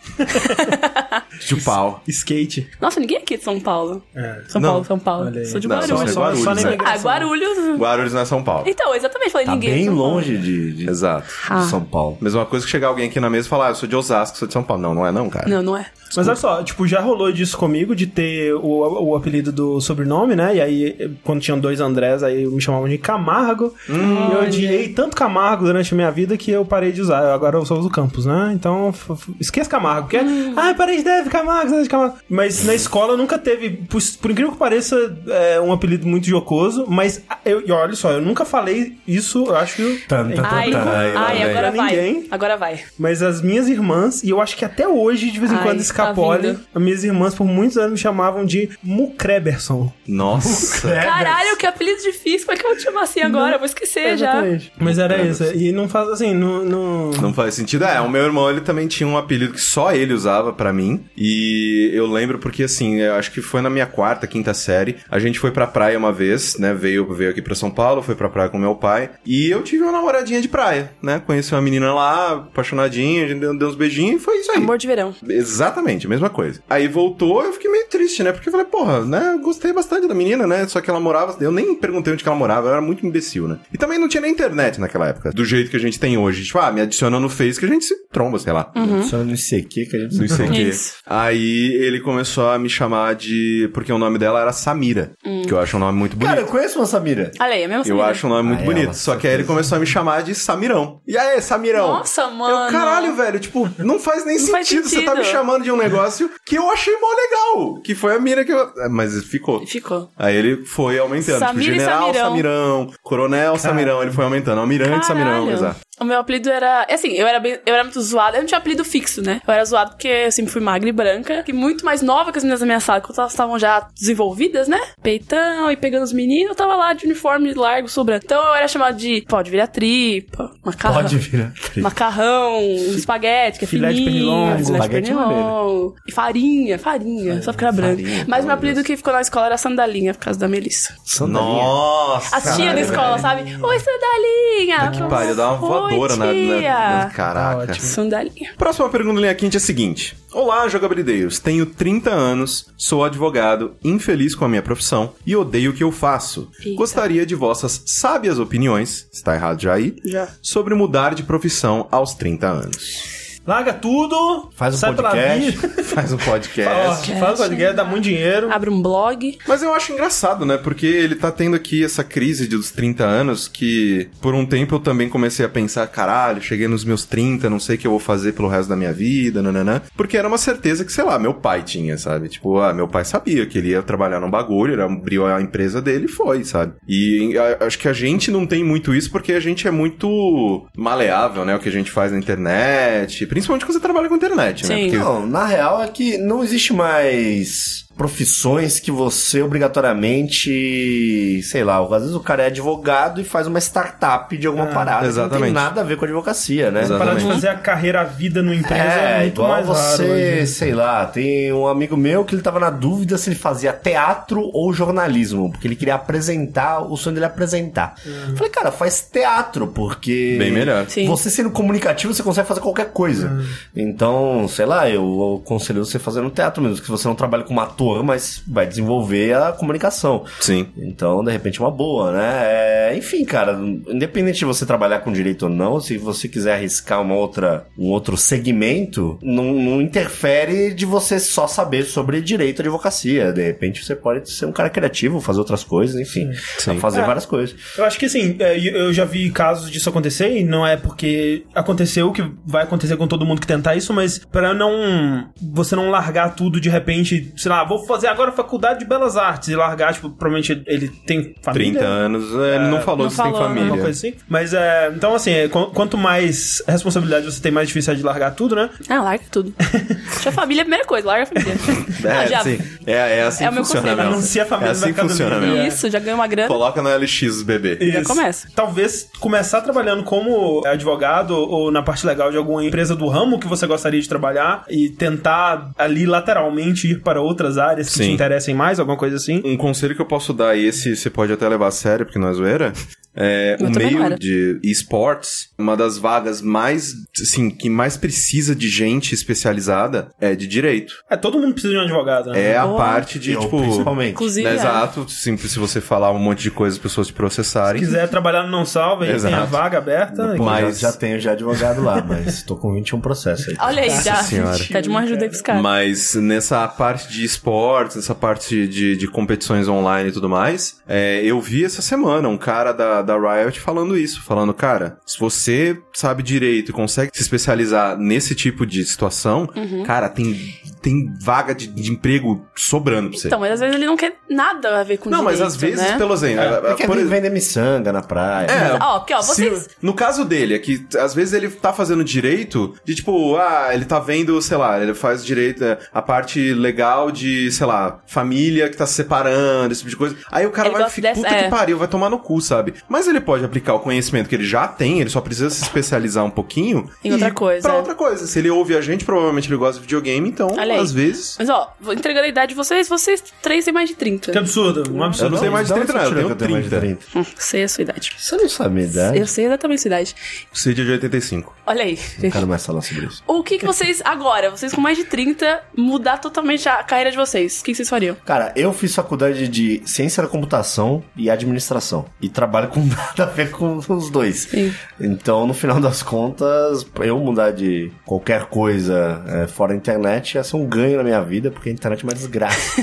Speaker 1: de pau.
Speaker 2: Skate.
Speaker 3: Nossa, ninguém aqui é de São Paulo.
Speaker 2: É.
Speaker 3: São
Speaker 1: Não.
Speaker 3: Paulo, São Paulo.
Speaker 2: Olha aí.
Speaker 3: Sou de
Speaker 1: Não, só
Speaker 3: Guarulhos.
Speaker 1: só Guarulhos,
Speaker 2: só na
Speaker 1: né?
Speaker 3: Ah,
Speaker 2: imigração.
Speaker 3: Guarulhos.
Speaker 1: Guarulhos não é São
Speaker 3: [laughs]
Speaker 1: Paulo.
Speaker 3: Então, exatamente, falei
Speaker 4: Tá
Speaker 3: ninguém. é de
Speaker 4: bem
Speaker 3: São Paulo.
Speaker 4: longe de, de,
Speaker 1: Exato.
Speaker 2: Ah.
Speaker 4: de São Paulo.
Speaker 1: Mesma coisa que chegar alguém aqui na mesa e falar, ah, eu sou de Osasco, sou de São Paulo. Não, não é não, cara.
Speaker 3: Não, não é.
Speaker 2: Mas olha só, tipo, já rolou disso comigo de ter o, o apelido do sobrenome, né? E aí, quando tinham dois Andrés, aí me chamavam de Camargo. e eu odiei tanto Camargo durante a minha vida que eu parei de usar. Agora eu só uso Campos, né? Então, f- f- esqueça Camargo. Porque, é, ai, parei de deve de Camargo, Zé de Camargo. Mas na escola nunca teve, por, por incrível que pareça, é, um apelido muito jocoso, mas eu, e olha só, eu nunca falei isso, eu acho que.
Speaker 4: Tan, tan,
Speaker 3: Ai,
Speaker 4: tan, tan.
Speaker 3: ai,
Speaker 4: lá vem.
Speaker 3: agora vai.
Speaker 1: é
Speaker 2: Ninguém.
Speaker 3: Agora vai.
Speaker 2: Mas as minhas irmãs, e eu acho que até hoje, de vez em
Speaker 3: Ai,
Speaker 2: quando,
Speaker 3: tá
Speaker 2: escapole,
Speaker 3: vindo.
Speaker 2: as minhas irmãs por muitos anos me chamavam de Mucreberson. [laughs]
Speaker 1: Nossa.
Speaker 3: Caralho, que apelido difícil. Como é que eu vou te chamar assim agora? Eu vou esquecer já.
Speaker 2: Exatamente. Mas era isso. E não faz assim, não. não...
Speaker 1: Não faz sentido. É, o meu irmão, ele também tinha um apelido que só ele usava pra mim. E eu lembro porque, assim, eu acho que foi na minha quarta, quinta série. A gente foi pra praia uma vez, né? Veio, veio aqui pra São Paulo, foi pra praia com meu pai. E eu tive uma namoradinha de praia, né? Conheci uma menina lá, apaixonadinha, a gente deu, deu uns beijinhos e foi isso aí.
Speaker 3: Amor de verão.
Speaker 1: Exatamente, a mesma coisa. Aí voltou, eu fiquei meio triste, né? Porque eu falei, porra, né? Eu gostei bastante da menina, né? Só que ela morava. Eu nem perguntei onde que ela morava, eu era muito imbecil, né? E também não tinha nem internet naquela época, do jeito que a gente tem hoje. Tipo, ah, me adiciona no Face que a gente se tromba, sei lá.
Speaker 2: Uhum.
Speaker 4: Só não sei o que que a gente
Speaker 1: Não sei o quê.
Speaker 3: Isso.
Speaker 1: Aí ele começou a me chamar de. Porque o nome dela era Samira, que eu acho um nome muito bonito.
Speaker 4: Cara, eu conheço uma Samira.
Speaker 3: Olha aí, é mesmo
Speaker 1: eu acho um nome muito
Speaker 4: Ah,
Speaker 1: bonito.
Speaker 4: ela,
Speaker 1: Só que aí ele
Speaker 4: certeza.
Speaker 1: começou a me chamar de Samirão. E aí, Samirão?
Speaker 3: Nossa,
Speaker 1: Eu,
Speaker 3: mano.
Speaker 1: caralho, velho, tipo, não faz nem
Speaker 3: Não
Speaker 1: sentido.
Speaker 3: faz
Speaker 1: Você tá me
Speaker 3: sentido.
Speaker 1: chamando de um negócio que eu achei mó legal. Que foi a mira que eu. É, Mas ficou.
Speaker 3: Ficou.
Speaker 1: Aí ele foi aumentando.
Speaker 3: Samira e
Speaker 1: tipo, general
Speaker 3: Samirão.
Speaker 1: Samirão. coronel Samirão, ele foi aumentando. Almirante Samirão,
Speaker 3: Caralho.
Speaker 1: exato.
Speaker 3: O meu apelido era. é Assim, eu era, bem, eu era muito zoada. Eu não tinha apelido fixo, né? Eu era zoada porque eu sempre fui magra e branca. E muito mais nova que as meninas da minha sala. Quando elas estavam já desenvolvidas, né? Peitão e pegando os meninos, eu tava lá de uniforme largo, sobrando. Então eu era chamada de pode virar tripa,
Speaker 2: Ah.
Speaker 3: macarrão.
Speaker 4: Pode virar.
Speaker 3: Macarrão, espaguete, que é
Speaker 2: Filé de
Speaker 3: fininho,
Speaker 2: pernilongo.
Speaker 3: filé de
Speaker 4: Espaguete é
Speaker 3: pernilongo. E farinha, farinha, só porque era branca.
Speaker 1: farinha,
Speaker 3: Mas meu
Speaker 1: pelo
Speaker 3: apelido que ficou na escola era sandalinha, por causa da Melissa.
Speaker 1: Nossa!
Speaker 3: As tias da escola, sabe? Oi, sandalinha!
Speaker 1: Que pariu, dá uma voadora na,
Speaker 3: Oi,
Speaker 1: na, na.
Speaker 3: tia.
Speaker 1: Caraca.
Speaker 2: Tá ótimo.
Speaker 3: Sandalinha.
Speaker 1: Próxima pergunta do linha quente é a seguinte: Olá, jogabilideiros. Tenho 30 anos, sou advogado, infeliz com a minha profissão e odeio o que eu faço.
Speaker 3: Eita.
Speaker 1: Gostaria de vossas sábias opiniões, está errado já aí,
Speaker 3: Já.
Speaker 1: sobre mudar de profissão aos 30 anos. [laughs]
Speaker 2: Larga tudo,
Speaker 4: Faz um
Speaker 2: sai
Speaker 4: podcast.
Speaker 2: pela vida.
Speaker 1: Faz um
Speaker 2: Ó,
Speaker 1: podcast.
Speaker 2: Faz um podcast, dá muito dinheiro.
Speaker 3: Abre um blog.
Speaker 1: Mas eu acho engraçado, né? Porque ele tá tendo aqui essa crise de dos 30 anos que por um tempo eu também comecei a pensar, caralho, cheguei nos meus 30, não sei o que eu vou fazer pelo resto da minha vida, nananã. Porque era uma certeza que, sei lá, meu pai tinha, sabe? Tipo, ah, meu pai sabia que ele ia trabalhar num bagulho, ele abriu a empresa dele e foi, sabe? E a- acho que a gente não tem muito isso porque a gente é muito maleável, né? O que a gente faz na internet, principalmente quando você trabalha com internet, né?
Speaker 3: Sim.
Speaker 1: Porque
Speaker 4: Não, na real é que não existe mais profissões que você obrigatoriamente, sei lá, às vezes o cara é advogado e faz uma startup de alguma
Speaker 2: Ah,
Speaker 4: parada que não
Speaker 1: exatamente.
Speaker 4: tem nada a ver com advocacia, né?
Speaker 1: Exatamente.
Speaker 2: Parar de fazer a carreira, a vida numa empresa é,
Speaker 4: É,
Speaker 2: muito
Speaker 4: igual
Speaker 2: mais raro hoje.
Speaker 4: você, sei lá, tem um amigo meu que ele tava na dúvida se ele fazia teatro ou jornalismo, porque ele queria apresentar, o sonho dele é apresentar.
Speaker 2: Hum.
Speaker 4: Falei, cara, faz teatro, porque...
Speaker 1: Bem melhor.
Speaker 3: Sim.
Speaker 4: Você sendo comunicativo, você consegue fazer qualquer coisa.
Speaker 1: Hum.
Speaker 4: Então, sei lá, eu aconselho você fazer no teatro mesmo, que você não trabalha como ator, mas vai desenvolver a comunicação.
Speaker 1: Sim.
Speaker 4: Então, de repente, é uma boa, né? É, enfim, cara, independente de você trabalhar com direito ou não, se você quiser arriscar uma outra, um outro segmento, não, não interfere de você só saber sobre direito à advocacia. De repente, você pode ser um cara criativo, fazer outras coisas, enfim,
Speaker 1: Sim.
Speaker 4: fazer
Speaker 2: É.
Speaker 4: várias coisas.
Speaker 2: Eu acho que assim, é, eu eu já vi casos disso acontecer e não é porque aconteceu que vai acontecer com todo mundo que tentar isso, mas pra não você não largar tudo de repente, sei lá, vou fazer agora faculdade de belas artes e largar, tipo, provavelmente ele tem família.
Speaker 1: 30 anos, é, ele não falou
Speaker 3: não
Speaker 1: se
Speaker 3: falou,
Speaker 1: tem
Speaker 3: né?
Speaker 1: família.
Speaker 2: Alguma coisa assim. Mas é. Então, assim, é, qu- quanto mais responsabilidade você tem, mais difícil é de largar tudo, né?
Speaker 3: Ah, larga
Speaker 1: [laughs]
Speaker 3: tudo. Deixa a família é a primeira coisa, larga a família.
Speaker 1: É,
Speaker 3: Ah, já.
Speaker 1: sim. É, é assim
Speaker 3: É o
Speaker 1: que
Speaker 3: meu
Speaker 1: funciona
Speaker 3: conselho.
Speaker 1: mesmo.
Speaker 2: Anuncia a família
Speaker 1: é
Speaker 2: no
Speaker 1: assim que
Speaker 2: Mercado
Speaker 1: funciona
Speaker 2: Livre.
Speaker 1: mesmo.
Speaker 3: Isso, já ganhou uma grana.
Speaker 1: Coloca no LX, bebê.
Speaker 3: Já começa.
Speaker 2: Talvez começar trabalhando como advogado ou na parte legal de alguma empresa do ramo que você gostaria de trabalhar e tentar ali lateralmente ir para outras áreas que
Speaker 1: Sim.
Speaker 2: te interessem mais, alguma coisa assim.
Speaker 1: Um conselho que eu posso dar, e esse você pode até levar a sério, porque não é zoeira, é
Speaker 3: Eu
Speaker 1: o
Speaker 3: também não era.
Speaker 1: meio de esportes, uma das vagas mais, assim, que mais precisa de gente especializada é de direito.
Speaker 2: É, todo mundo precisa de um advogado, né?
Speaker 1: É a
Speaker 3: Boa.
Speaker 1: parte de,
Speaker 4: Eu,
Speaker 1: tipo...
Speaker 4: principalmente.
Speaker 3: Inclusive,
Speaker 1: né,
Speaker 3: é.
Speaker 1: exato, simples se você falar um monte de coisa, as pessoas te processarem.
Speaker 2: Se quiser trabalhar no Não Salva e tem
Speaker 1: Exato.
Speaker 2: a vaga aberta.
Speaker 4: Pô,
Speaker 1: Mas-
Speaker 4: já, já tenho já advogado lá, mas tô com 21 processos aí.
Speaker 3: Olha aí, já.
Speaker 1: Senhora.
Speaker 3: Tá de uma ajuda aí pros caras.
Speaker 1: Mas nessa parte de esportes, nessa parte de, de competições online e tudo mais, é, eu vi essa semana um cara da, da Riot falando isso, falando, cara, se
Speaker 3: Uhum.
Speaker 1: você sabe direito e consegue se especializar nesse tipo de situação, cara, tem tem vaga de, de emprego sobrando pra você.
Speaker 3: Então, mas às vezes ele não quer nada a ver com
Speaker 1: não, mas
Speaker 3: direito,
Speaker 1: às vezes, então,
Speaker 3: né?
Speaker 1: pelo exemplo.
Speaker 4: Ele quer
Speaker 1: por
Speaker 4: vir
Speaker 1: exemplo-
Speaker 4: vender miçanga na praia.
Speaker 1: É,
Speaker 3: Ó, porque, ó,
Speaker 1: se-
Speaker 3: vocês-
Speaker 1: no caso dele, é que às vezes ele tá fazendo direito de tipo, ah, ele tá vendo, sei lá, ele faz direito é, a parte legal de, sei lá, família que tá se separando, esse tipo de coisa. Aí o cara
Speaker 3: Ele
Speaker 1: vai
Speaker 3: gosta
Speaker 1: ficar,
Speaker 3: dessa-
Speaker 1: puta
Speaker 3: é.
Speaker 1: que pariu, vai tomar no cu, sabe? Mas ele pode aplicar o conhecimento que ele já tem, ele só precisa se especializar um pouquinho
Speaker 3: Em
Speaker 1: e
Speaker 3: outra
Speaker 1: ir
Speaker 3: coisa,
Speaker 1: Pra
Speaker 3: é.
Speaker 1: outra coisa. Se ele ouve a gente, provavelmente ele gosta de videogame, então,
Speaker 3: Olha aí.
Speaker 1: às vezes.
Speaker 3: Mas ó, vou entregando a idade de vocês, vocês três têm mais de 30.
Speaker 2: Que
Speaker 1: Tá
Speaker 2: absurdo, um
Speaker 1: Eu
Speaker 2: absurdo.
Speaker 1: não tenho mais de
Speaker 4: Dá uma
Speaker 1: 30, não, eu
Speaker 4: tirada
Speaker 1: tenho
Speaker 4: que tenho mais de
Speaker 1: 30.
Speaker 4: 30.
Speaker 3: Hum, sei a sua idade.
Speaker 4: Você não sabe a minha idade?
Speaker 3: Eu sei exatamente a sua idade.
Speaker 1: Cid é de 85.
Speaker 3: Olha aí,
Speaker 4: Não
Speaker 1: Um
Speaker 3: gente.
Speaker 4: quero mais falar sobre isso.
Speaker 3: O que, que vocês, agora, vocês com mais de 30, mudar totalmente a carreira de vocês? O que, que vocês fariam?
Speaker 4: Cara, eu fiz faculdade de ciência da computação e administração. E trabalho com [laughs] nada a ver com os dois.
Speaker 3: Sim.
Speaker 4: Então, no final das contas, eu mudar de qualquer coisa é, fora a internet ia ser um ganho na minha vida, porque a internet é uma desgraça.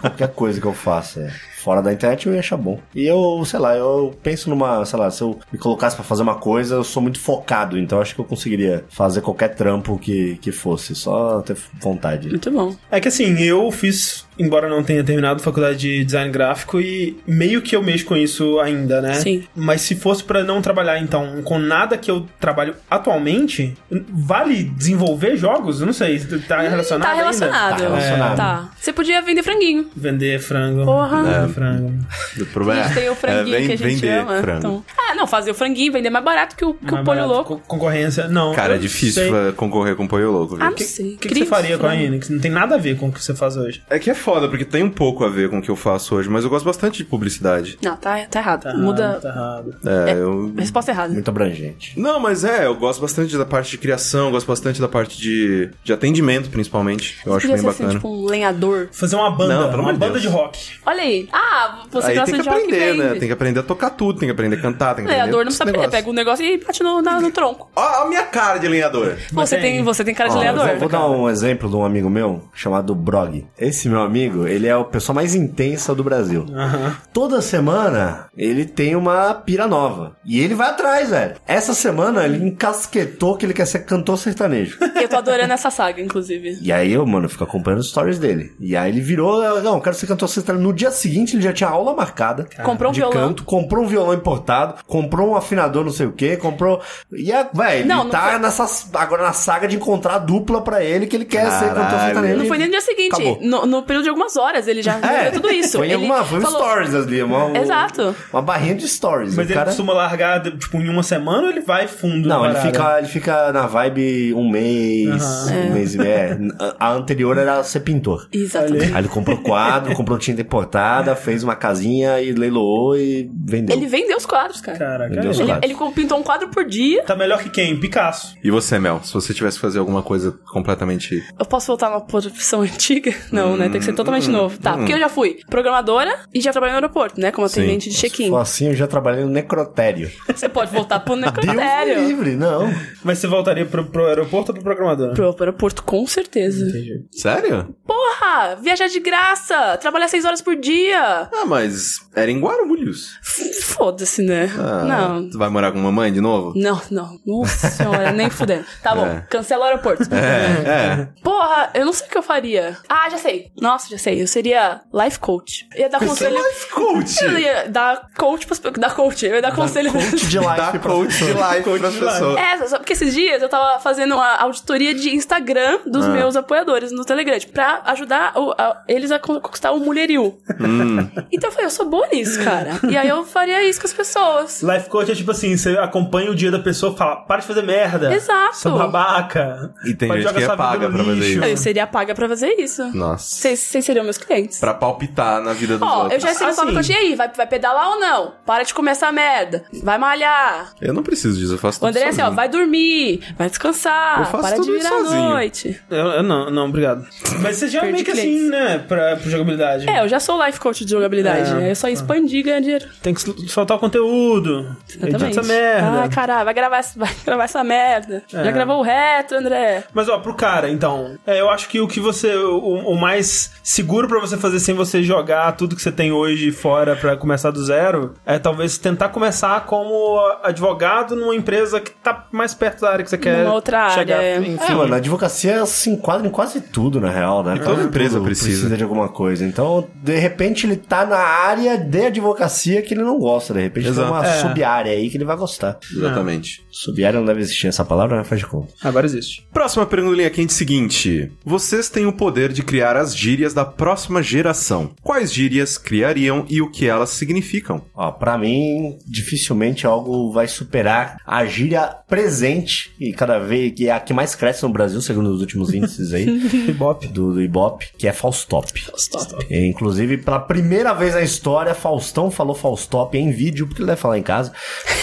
Speaker 4: qualquer coisa que eu faça é, fora da internet eu ia achar bom. E eu, sei lá, eu penso numa, sei lá, se eu me colocasse pra fazer uma coisa, eu sou muito focado, então acho que eu conseguiria fazer qualquer trampo que, que fosse, só ter vontade.
Speaker 3: Muito bom.
Speaker 1: Tá
Speaker 2: É que assim, eu fiz, embora não tenha terminado faculdade de design gráfico, e meio que eu mexo com isso ainda, né?
Speaker 3: Sim.
Speaker 2: Mas se fosse pra não trabalhar, então, com nada que eu trabalho atualmente, vale desenvolver jogos? Eu não sei, tá relacionado
Speaker 3: tá
Speaker 2: ainda?
Speaker 3: relacionado.
Speaker 4: Tá relacionado.
Speaker 3: Tá. Você podia vender franguinho.
Speaker 2: Vender frango.
Speaker 3: Porra.
Speaker 1: É.
Speaker 2: Vender frango.
Speaker 1: O
Speaker 3: A
Speaker 1: problema
Speaker 3: gente tem o franguinho que a gente
Speaker 1: É, vender
Speaker 3: ama.
Speaker 1: frango.
Speaker 3: então. Ah, não, fazer o franguinho, vender mais barato que o, que o
Speaker 2: Mais
Speaker 3: polho
Speaker 2: barato.
Speaker 3: louco.
Speaker 2: Co- Concorrência, não.
Speaker 1: Cara, é
Speaker 2: eu
Speaker 1: difícil
Speaker 2: sei.
Speaker 1: eh, concorrer com o Poio Louco, viu?
Speaker 3: Ah, não sei. né?
Speaker 2: O que, que você faria com a Enix? Não tem nada a ver com o que você faz hoje.
Speaker 1: É que é foda, porque tem um pouco a ver com o que eu faço hoje, mas eu gosto bastante de publicidade.
Speaker 3: Não, tá, tá errado.
Speaker 2: Tá
Speaker 3: Muda.
Speaker 2: errado, Tá errado.
Speaker 1: É, eu.
Speaker 3: Resposta errada.
Speaker 4: Muito abrangente.
Speaker 1: Não, mas é, eu gosto bastante da parte de criação, gosto bastante da parte de, de atendimento, principalmente. Eu acho bem
Speaker 3: Podia ser assim,
Speaker 1: bacana.
Speaker 3: tipo um lenhador.
Speaker 2: Fazer uma banda,
Speaker 1: Não, pelo
Speaker 2: uma
Speaker 1: amor de
Speaker 2: banda
Speaker 1: Deus.
Speaker 2: de rock.
Speaker 3: Olha aí. Ah, você
Speaker 1: Aí
Speaker 3: gosta
Speaker 1: tem que
Speaker 3: de rock
Speaker 1: aprender,
Speaker 3: band.
Speaker 1: né? Tem que aprender a tocar tudo, tem que aprender a cantar, tem que aprender.
Speaker 3: Lenhador não precisa aprender.
Speaker 1: aprender.
Speaker 3: Pega um negócio e bate no, na- no tronco.
Speaker 1: Ó, a minha cara de lenhador.
Speaker 2: Mas
Speaker 3: você,
Speaker 2: tem-
Speaker 3: tem, você tem é cara de
Speaker 4: Ó,
Speaker 3: lenhador.
Speaker 4: vou, vou dar um exemplo de um amigo meu chamado Brog. Esse meu amigo, ele é a pessoa mais intensa do Brasil.
Speaker 2: Aham.
Speaker 4: Toda semana ele tem uma pira nova. E ele vai atrás, velho. Essa semana ele encasquetou que ele quer ser cantor
Speaker 3: [laughs]
Speaker 4: sertanejo.
Speaker 3: Eu tô adorando essa saga, inclusive.
Speaker 4: E aí eu, mano, fico acompanhando os stories dele. E aí ele virou, não, eu quero ser cantor sertanejo. No dia seguinte ele já tinha aula marcada.
Speaker 3: Comprou um
Speaker 4: de
Speaker 3: violão.
Speaker 4: canto, comprou um violão importado, comprou um afinador não sei o que, comprou... E, é, velho, ele
Speaker 3: Não, não
Speaker 4: tá
Speaker 3: foi-
Speaker 4: nessa, agora na saga de encontrar a dupla pra ele que ele quer ser cantor
Speaker 1: Caralho.
Speaker 4: sertanejo.
Speaker 3: Não foi nem no dia
Speaker 4: Acabou.
Speaker 3: seguinte. No, no período de algumas horas ele já
Speaker 4: É,
Speaker 3: resolveu tudo isso.
Speaker 4: Foi, em
Speaker 3: ele
Speaker 4: alguma, foi um
Speaker 3: falou,
Speaker 4: stories ali. Uma, um-
Speaker 3: Exato.
Speaker 4: Uma barrinha de stories.
Speaker 2: Mas
Speaker 4: o
Speaker 2: ele
Speaker 4: cara...
Speaker 2: costuma largar, tipo, em uma semana ou ele vai fundo?
Speaker 4: Não,
Speaker 2: na
Speaker 4: ele
Speaker 2: parada?
Speaker 4: fica, ele fica na vibe um mês,
Speaker 2: Aham.
Speaker 4: um mês e meio. É, A a anterior era ser pintor.
Speaker 3: Exatamente.
Speaker 4: Aí ele comprou quadro, comprou tinta importada, fez uma casinha e leiloou e vendeu.
Speaker 3: Ele vendeu os quadros, cara.
Speaker 2: Caraca,
Speaker 4: Meu Deus,
Speaker 2: ele-
Speaker 3: Ele,
Speaker 4: Claro.
Speaker 3: ele pintou um quadro por dia.
Speaker 2: Tá melhor que quem? Picasso.
Speaker 1: E você, Mel? Se você tivesse que fazer alguma coisa completamente.
Speaker 3: Eu posso voltar numa profissão [laughs] antiga? Não, né? Tem que ser
Speaker 4: Hum,
Speaker 3: totalmente novo. Tá, porque eu já fui programadora e já trabalhei no aeroporto, né? Como atendente de check-in.
Speaker 4: Falou assim, eu já trabalhei no necrotério.
Speaker 3: Você pode voltar pro
Speaker 4: Deus me
Speaker 3: necrotério.
Speaker 4: livre, não.
Speaker 2: Mas você voltaria pro, pro aeroporto ou pro programador?
Speaker 3: Pro aeroporto, com certeza.
Speaker 1: Sério?
Speaker 3: Porra! Viajar de graça! Trabalhar seis horas por dia!
Speaker 1: Ah, mas era em Guarulhos.
Speaker 3: F- Foda-se, né?
Speaker 1: Ah,
Speaker 3: Não.
Speaker 1: Tu vai morar com mamãe de novo?
Speaker 3: Não, não. Nossa senhora, nem fudendo. Tá bom,
Speaker 1: É.
Speaker 3: cancela o aeroporto.
Speaker 1: É,
Speaker 3: Porra, eu não sei o que eu faria. Ah, já sei. Nossa, já sei. Eu seria life coach. Ia dar conselho.
Speaker 1: é. Coach!
Speaker 3: Eu ia dar coach pras pessoas. Dar coach. Eu ia dar conselho.
Speaker 4: Coach de life.
Speaker 1: Dá
Speaker 4: pra
Speaker 1: coach de
Speaker 4: pessoa.
Speaker 1: life pras
Speaker 2: de life.
Speaker 1: pessoas.
Speaker 3: É, só porque esses dias eu tava fazendo uma auditoria de Instagram dos meus apoiadores no Telegram, tipo, pra ajudar o- a- eles a con- conquistar o mulherio.
Speaker 1: Hum,
Speaker 3: Então eu falei, eu sou boa nisso, cara. E aí eu faria isso com as pessoas.
Speaker 2: Life coach é tipo assim, você acompanha o dia da pessoa e fala, para de fazer merda.
Speaker 3: Exato.
Speaker 2: Sou babaca.
Speaker 1: E tem
Speaker 2: Pode
Speaker 1: gente
Speaker 2: jogar
Speaker 1: que é
Speaker 2: sua vida
Speaker 1: paga
Speaker 2: no
Speaker 1: pra fazer
Speaker 2: lixo.
Speaker 1: isso.
Speaker 3: Eu seria paga pra fazer isso.
Speaker 1: Nossa.
Speaker 3: Vocês vocês seriam meus clientes.
Speaker 1: Pra palpitar na vida dos
Speaker 3: Ó,
Speaker 1: outros.
Speaker 3: eu já sei
Speaker 2: Assim.
Speaker 3: assim. coach e aí, vai, vai pedalar ou não? Para de comer essa merda. Vai malhar.
Speaker 1: Eu não preciso disso, eu faço
Speaker 3: O
Speaker 1: tudo
Speaker 3: André é assim, ó,
Speaker 1: sozinho.
Speaker 3: vai dormir, vai descansar,
Speaker 1: Eu faço
Speaker 3: para de
Speaker 1: tudo
Speaker 3: virar à
Speaker 1: sozinho.
Speaker 3: noite.
Speaker 2: Eu, eu não, não, obrigado. Mas você já
Speaker 3: Perdi
Speaker 2: meio fica
Speaker 3: clientes.
Speaker 2: assim, né, pra, pra jogabilidade.
Speaker 3: É, eu já sou life coach de jogabilidade.
Speaker 2: É.
Speaker 3: É, só expandir e ganhar dinheiro.
Speaker 2: Tem que sol- soltar o conteúdo. Edita
Speaker 3: Exatamente.
Speaker 2: essa merda.
Speaker 3: Ah, caralho, vai gravar, essa- vai gravar essa merda.
Speaker 2: É.
Speaker 3: Já gravou o retro, André.
Speaker 2: Mas ó, pro cara, então, é, eu acho que o que você. O, o mais seguro pra você fazer sem você jogar tudo que você tem hoje fora pra começar do zero é talvez tentar começar como advogado numa empresa que tá mais perto da área que você quer.
Speaker 3: Numa outra
Speaker 2: chegar.
Speaker 3: área, é.
Speaker 2: Enfim.
Speaker 4: É, mano, a advocacia se enquadra em quase tudo, na real, né?
Speaker 1: toda
Speaker 4: Quase
Speaker 1: empresa
Speaker 4: tudo
Speaker 1: precisa.
Speaker 4: de alguma coisa. Então, de repente, ele tá na área de advocacia que ele não gosta. De repente,
Speaker 1: Exato.
Speaker 4: tem uma
Speaker 2: É.
Speaker 4: sub-área aí que ele vai gostar.
Speaker 1: Exatamente.
Speaker 4: Sub-área não deve existir essa palavra, mas faz de conta.
Speaker 2: Agora existe.
Speaker 1: Próxima pergunta linha quente seguinte. Vocês têm o poder de criar as gírias da próxima geração. Quais gírias criariam e o que elas significam?
Speaker 4: Ó, pra mim, dificilmente algo vai superar a gíria presente, e cada vez que é a que mais cresce no Brasil, segundo os últimos índices aí,
Speaker 2: Bebop.
Speaker 4: do, do Ibope, que é Faustop.
Speaker 3: Stop.
Speaker 4: E, Inclusive, pela primeira vez na história, Faustão falou Faustop em vídeo, porque ele deve falar em casa.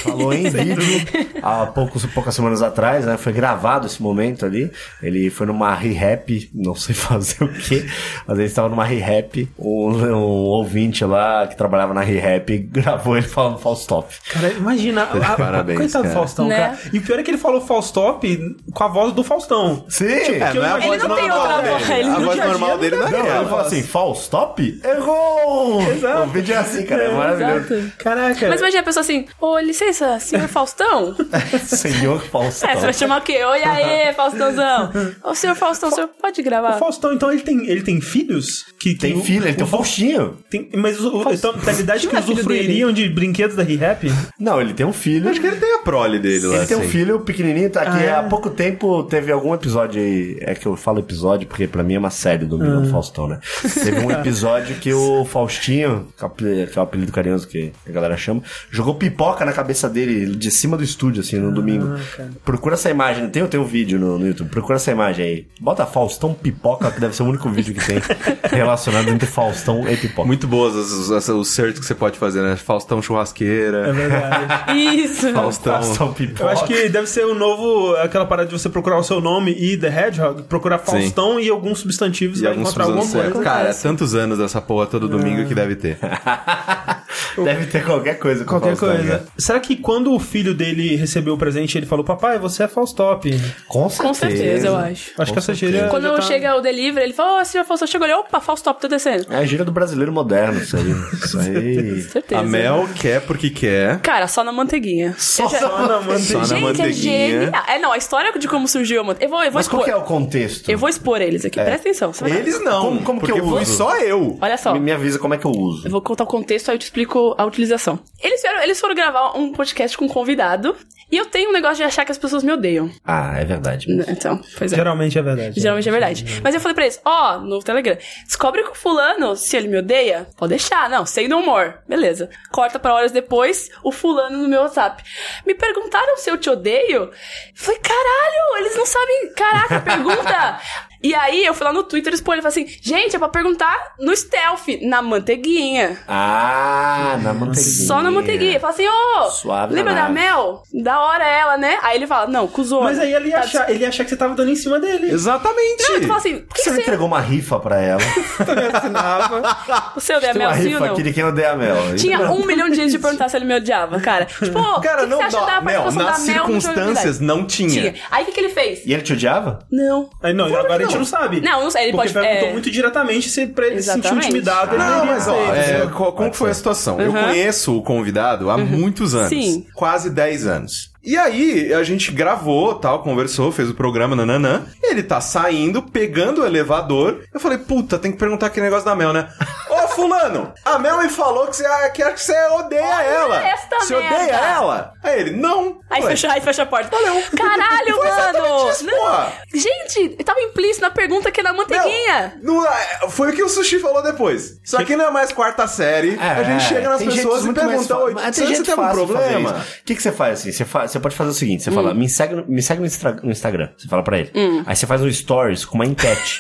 Speaker 4: Falou em vídeo há poucos, poucas semanas atrás, né? Foi gravado esse momento ali. Ele foi numa re-rap, não sei [laughs] fazer o quê, mas ele estava numa re-rap. Um, um ouvinte lá que trabalhava na re-rap [laughs] gravou ele falando Faustop.
Speaker 2: Cara, imagina.
Speaker 4: [laughs]
Speaker 2: a- a-
Speaker 1: Parabéns,
Speaker 2: Coitado do
Speaker 1: cara.
Speaker 2: Faustão,
Speaker 3: Né?
Speaker 2: cara. E o pior é que ele falou Faustop com a voz do Faustão.
Speaker 4: Sim!
Speaker 2: Que eu
Speaker 1: não é a
Speaker 2: imagino-
Speaker 1: voz
Speaker 3: Ele não tem outra
Speaker 1: normal
Speaker 3: voz,
Speaker 1: dele.
Speaker 3: ele
Speaker 1: A
Speaker 3: no
Speaker 1: voz
Speaker 2: dia a dia
Speaker 1: normal
Speaker 2: não
Speaker 1: dele não é
Speaker 4: Não, ele
Speaker 1: aquela.
Speaker 4: fala assim, Faustop? Errou!
Speaker 2: Exato.
Speaker 4: O vídeo é assim, cara, é maravilhoso.
Speaker 3: Exato.
Speaker 2: Caraca.
Speaker 3: Mas imagina a pessoa assim, ô, licença,
Speaker 2: [laughs]
Speaker 3: senhor Faustão?
Speaker 4: Senhor Faustop.
Speaker 3: é, você vai chamar o quê? Oi, aê, Faustãozão. Ô, senhor Faustão, o senhor pode
Speaker 2: O
Speaker 3: gravar?
Speaker 2: Faustão, então, ele tem, ele tem filhos? Que, que
Speaker 4: Tem
Speaker 2: o-
Speaker 4: filho, ele tem
Speaker 2: [laughs] o
Speaker 4: o Faustinho.
Speaker 2: Tem- mas o, o, então, da idade que
Speaker 3: Não é filho
Speaker 2: usufruiriam de brinquedos da Re-Rap?
Speaker 4: Não, ele tem um filho.
Speaker 1: Acho que ele tem a prole dele lá.
Speaker 4: Ele tem um
Speaker 1: assim.
Speaker 4: filho pequenininho, tá aqui.
Speaker 2: Ah.
Speaker 4: Há pouco tempo teve algum episódio aí. É que eu falo episódio porque pra mim é uma série do Milão Faustão, né? Teve um episódio que o Faustinho, que é o apel- que é o apelido carinhoso que a galera chama, jogou pipoca na cabeça dele de cima do estúdio, assim, no domingo. Procura essa imagem, tem, tem um vídeo no, no YouTube. Procura essa imagem aí. Bota Faustão pipoca, que deve ser o único vídeo que tem relacionado entre Faustão e pipoca.
Speaker 1: Muito boas as, as- os certos que você pode fazer, né? Faustão churrasqueira,
Speaker 2: É verdade.
Speaker 3: Isso.
Speaker 1: Faustão...
Speaker 4: Faustão pipoca.
Speaker 2: Eu acho que deve ser o novo, aquela parada de você procurar o seu nome e The Hedgehog, procurar Faustão e alguns substantivos
Speaker 1: E
Speaker 2: vai
Speaker 1: alguns
Speaker 2: encontrar alguma
Speaker 1: anos
Speaker 2: coisa.
Speaker 1: certos. Cara, é tantos anos dessa porra todo domingo que deve ter.
Speaker 4: Deve ter qualquer coisa com
Speaker 2: Qualquer
Speaker 4: Faustão,
Speaker 2: coisa.
Speaker 4: né?
Speaker 2: Será que quando o filho dele recebeu o presente, ele falou, papai, você é Faustop?
Speaker 4: Com certeza.
Speaker 3: Com certeza, eu acho.
Speaker 2: Acho que essa gíria...
Speaker 3: Quando
Speaker 2: já tá-
Speaker 3: chega o delivery, ele fala, ô, senhor Faustão, chegou ali, opa, Faustão, tô descendo.
Speaker 4: É a gíria do brasileiro moderno, isso aí. Isso [laughs] aí.
Speaker 3: Certeza.
Speaker 1: A Mel quer porque quer.
Speaker 3: Cara, só na manteiguinha.
Speaker 4: Só,
Speaker 2: Só
Speaker 3: [laughs]
Speaker 2: na
Speaker 1: Só na
Speaker 2: manteiga.
Speaker 3: Gente, é
Speaker 1: manteiguinha.
Speaker 3: genial. É, não, a história de como surgiu a manteiga. Eu vou, eu vou
Speaker 4: Mas qual
Speaker 3: expor.
Speaker 4: que é o É. contexto?
Speaker 3: Eu vou expor eles aqui, presta atenção. você vai-
Speaker 1: Eles não,
Speaker 4: Como- como que
Speaker 1: porque
Speaker 4: eu
Speaker 1: fui
Speaker 4: uso?
Speaker 1: só eu.
Speaker 3: Olha só.
Speaker 4: Me, me avisa como é que eu uso.
Speaker 3: Eu vou contar o contexto, aí eu te explico a utilização. Eles, vieram- eles foram gravar um podcast com um convidado, e eu tenho um negócio de achar que as pessoas me odeiam.
Speaker 4: Ah, é verdade.
Speaker 3: Então, pois é.
Speaker 2: Geralmente é verdade.
Speaker 3: Geralmente é verdade. Mas eu falei pra eles, ó, no Telegram, descobre que o fulano, se ele me odeia, pode deixar, não, sem no humor. Beleza. Corta pra horas depois, o fulano no meu WhatsApp. Me perguntaram se eu te odeio. Falei, caralho, eles não sabem. Caraca, pergunta! e aí eu fui lá no Twitter expor, ele falou assim, gente, é pra perguntar no stealth, na manteiguinha.
Speaker 4: Ah, na manteiguinha.
Speaker 3: Só na manteiguinha. Fala assim, ô,
Speaker 4: Suave
Speaker 3: lembra
Speaker 4: na
Speaker 3: da
Speaker 4: nave.
Speaker 3: Mel? Da hora ela, né? Aí ele fala, não, cuzona.
Speaker 2: Mas aí ele ia,
Speaker 3: Tá
Speaker 2: achar, ele ia achar que você tava dando em cima dele.
Speaker 1: Exatamente.
Speaker 3: Não, tu fala assim, por que
Speaker 4: Por que você não
Speaker 3: você,
Speaker 4: entregou uma rifa pra ela?
Speaker 3: você odeia a
Speaker 4: Tem uma
Speaker 3: Mel, É sim ou
Speaker 4: rifa
Speaker 3: não?
Speaker 4: aqui de quem odeia a Mel.
Speaker 3: Tinha um milhão de gente de perguntar se ele me
Speaker 1: [laughs]
Speaker 3: odiava, cara. Tipo, ô,
Speaker 1: Cara,
Speaker 3: o que,
Speaker 1: não
Speaker 3: que você acha
Speaker 1: dá.
Speaker 3: da
Speaker 1: Mel,
Speaker 3: participação
Speaker 1: nas
Speaker 3: da Mel no
Speaker 1: circunstâncias
Speaker 3: Jogabilidade?
Speaker 1: não tinha.
Speaker 3: Tinha. Aí o que, que ele fez?
Speaker 4: E ele te odiava?
Speaker 3: Não.
Speaker 2: Aí não, agora a gente não sabe.
Speaker 3: Não, não sei, ele
Speaker 2: Porque
Speaker 3: pode-
Speaker 2: perguntou
Speaker 3: é.
Speaker 2: muito diretamente se pra ele se sentiu
Speaker 3: Exatamente.
Speaker 2: intimidado. ele
Speaker 1: Não,
Speaker 2: iria
Speaker 1: mas ó,
Speaker 2: aceitar.
Speaker 1: é, qual- como que foi a situação? Eu
Speaker 3: Uhum.
Speaker 1: conheço o convidado há muitos anos.
Speaker 3: Sim.
Speaker 1: Quase 10 anos. E aí, a gente gravou, tal, conversou, fez o programa, nananã. Ele tá saindo, pegando o elevador. Eu falei, puta, tem que perguntar aquele negócio da Mel,
Speaker 3: [laughs]
Speaker 1: né? Ô, fulano, a Mel me falou que você, ah, que acho que você odeia ela.
Speaker 3: esta
Speaker 1: você
Speaker 3: merda.
Speaker 1: odeia ela? Aí ele, não.
Speaker 3: Aí
Speaker 1: Ué,
Speaker 3: fecha, aí fecha a porta. Caralho,
Speaker 1: Foi
Speaker 3: mano!
Speaker 1: exatamente isso,
Speaker 3: Não.
Speaker 1: porra.
Speaker 3: Gente, tava implícito na pergunta que é na manteiguinha.
Speaker 1: Não, é, foi o que o Sushi falou depois. Só que não é mais quarta série. a gente chega nas
Speaker 4: É, tem gente
Speaker 1: pessoas e
Speaker 4: muito mais
Speaker 1: pergunta,
Speaker 4: fácil.
Speaker 1: oi,
Speaker 4: Mas
Speaker 1: você tem algum
Speaker 4: fácil de fazer
Speaker 1: problema? Hum.
Speaker 4: isso. O que, que você faz assim? Você, fa- você pode fazer o seguinte: você fala, me segue, no- me segue no, Instra- no Instagram. Você fala pra ele.
Speaker 1: [laughs]
Speaker 4: Aí você faz um stories com uma enquete.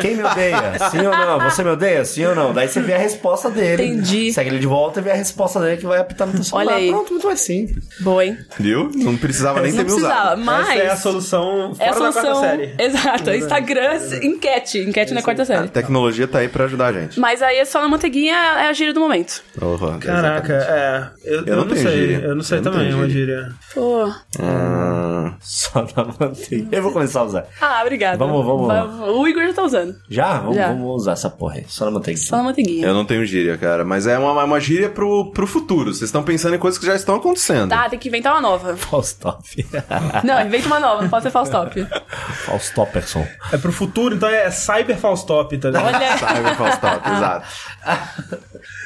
Speaker 4: Quem me odeia? Sim ou não? Você me odeia? Sim ou não? daí você vê a resposta dele.
Speaker 3: Entendi.
Speaker 4: Segue ele de volta e vê a resposta dele que vai apitar no teu celular.
Speaker 3: Olha aí.
Speaker 4: Pronto, muito mais simples.
Speaker 3: Boa, hein?
Speaker 1: Viu? Não
Speaker 4: É,
Speaker 1: precisava nem
Speaker 3: Não
Speaker 1: ter me
Speaker 3: precisava,
Speaker 1: usado.
Speaker 3: mas...
Speaker 2: Essa é a solução fora
Speaker 3: É a
Speaker 2: da quarta
Speaker 3: solução.
Speaker 2: série.
Speaker 3: Exato. Instagram, enquete. Enquete na quarta
Speaker 1: A
Speaker 3: série.
Speaker 1: tecnologia tá aí pra ajudar a gente.
Speaker 3: Mas aí é só na manteiguinha, é a gíria do momento.
Speaker 1: Porra,
Speaker 2: Caraca,
Speaker 1: exatamente.
Speaker 2: é. Eu, eu
Speaker 1: não
Speaker 2: não,
Speaker 1: tenho
Speaker 2: sei.
Speaker 1: gíria.
Speaker 2: Eu não sei
Speaker 1: Eu não
Speaker 2: também,
Speaker 1: tenho
Speaker 2: uma gíria.
Speaker 3: Pô.
Speaker 1: Ah,
Speaker 4: Só na manteiga. Eu vou começar a usar.
Speaker 3: Ah, obrigada.
Speaker 4: Vamos, vamos.
Speaker 3: O Igor já tá usando.
Speaker 4: Já? Vamos,
Speaker 3: Já.
Speaker 4: vamos usar essa porra aí. Só na manteiga.
Speaker 3: Só na manteiguinha.
Speaker 1: eu não tenho gíria, cara. Mas é uma, uma gíria pro, pro futuro. Vocês estão pensando em coisas que já estão acontecendo.
Speaker 3: Tá, tem que inventar uma
Speaker 1: [laughs]
Speaker 3: nova.
Speaker 4: Faustop.
Speaker 3: Não, inventa uma nova, não pode ser Faustop.
Speaker 4: Faustoperson.
Speaker 2: É pro futuro, então é Cyber Faustop, tá ligado?
Speaker 3: Olha.
Speaker 1: Sabe,
Speaker 3: [laughs]
Speaker 1: Faustop, exato.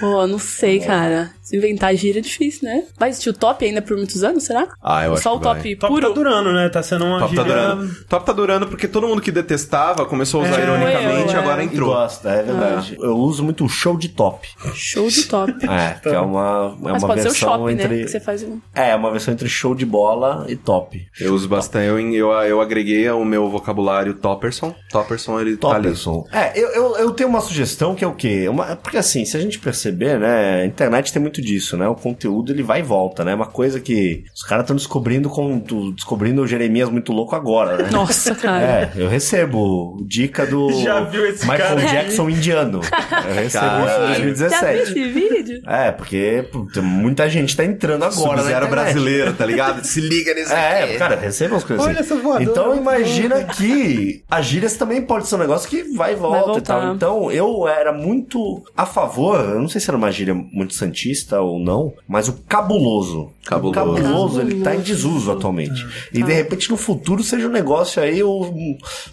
Speaker 3: Pô, não sei, cara. Se inventar gíria é difícil, né? Vai existir o top ainda por muitos anos, será?
Speaker 1: Ah, eu acho
Speaker 3: Só o
Speaker 1: que vai.
Speaker 3: top
Speaker 2: Top
Speaker 3: puro.
Speaker 2: tá durando, né? Tá sendo uma
Speaker 1: Top tá
Speaker 2: gíria...
Speaker 1: durando. Top tá durando porque todo mundo que detestava começou a usar
Speaker 2: É,
Speaker 1: ironicamente
Speaker 3: eu,
Speaker 1: e
Speaker 3: é.
Speaker 1: agora entrou.
Speaker 4: Gosta, é verdade.
Speaker 1: Ah.
Speaker 4: Eu uso muito o show de top.
Speaker 3: Show de top. [laughs]
Speaker 4: É, que é uma, é
Speaker 3: Então, Mas
Speaker 4: uma
Speaker 3: pode ser
Speaker 4: versão
Speaker 3: o shopping,
Speaker 4: entre.
Speaker 3: né? Que você faz
Speaker 1: [laughs]
Speaker 3: um.
Speaker 4: É, é uma versão entre show de bola e top.
Speaker 1: Eu uso bastante, eu, eu, eu agreguei ao meu vocabulário Topperson. Topperson, ele tá ali.
Speaker 4: Topperson. É, eu, eu, eu tenho uma sugestão que é o quê? Uma, porque assim, se a gente perceber, né, a internet tem muito disso, né? O conteúdo ele vai e volta, né? É uma coisa que os caras estão descobrindo com tu- descobrindo o Jeremias muito louco agora, né?
Speaker 3: Nossa, cara.
Speaker 4: É, eu recebo
Speaker 3: [laughs]
Speaker 4: dica do
Speaker 2: Já viu esse
Speaker 4: Michael
Speaker 2: cara?
Speaker 4: Jackson indiano. Eu recebo isso em
Speaker 1: Caralho.
Speaker 3: Já viu esse
Speaker 4: 2017.
Speaker 3: vídeo?
Speaker 4: É, porque puta, muita gente tá entrando agora na
Speaker 1: Sub-Zero
Speaker 4: internet.
Speaker 1: brasileiro, tá ligado? [laughs] Se liga nesse
Speaker 4: É, cara, receba as coisas
Speaker 2: Olha
Speaker 4: assim.
Speaker 2: essa voadora.
Speaker 4: Então imagina que a gírias também pode ser um negócio que vai e volta
Speaker 3: Vai
Speaker 4: e tal.
Speaker 3: voltar.
Speaker 4: Então eu era muito a favor, eu não sei se era uma gíria muito santista ou não, mas o cabuloso.
Speaker 1: Cabuloso.
Speaker 4: O cabuloso, ele tá em desuso atualmente. E de repente no futuro seja um negócio aí, o,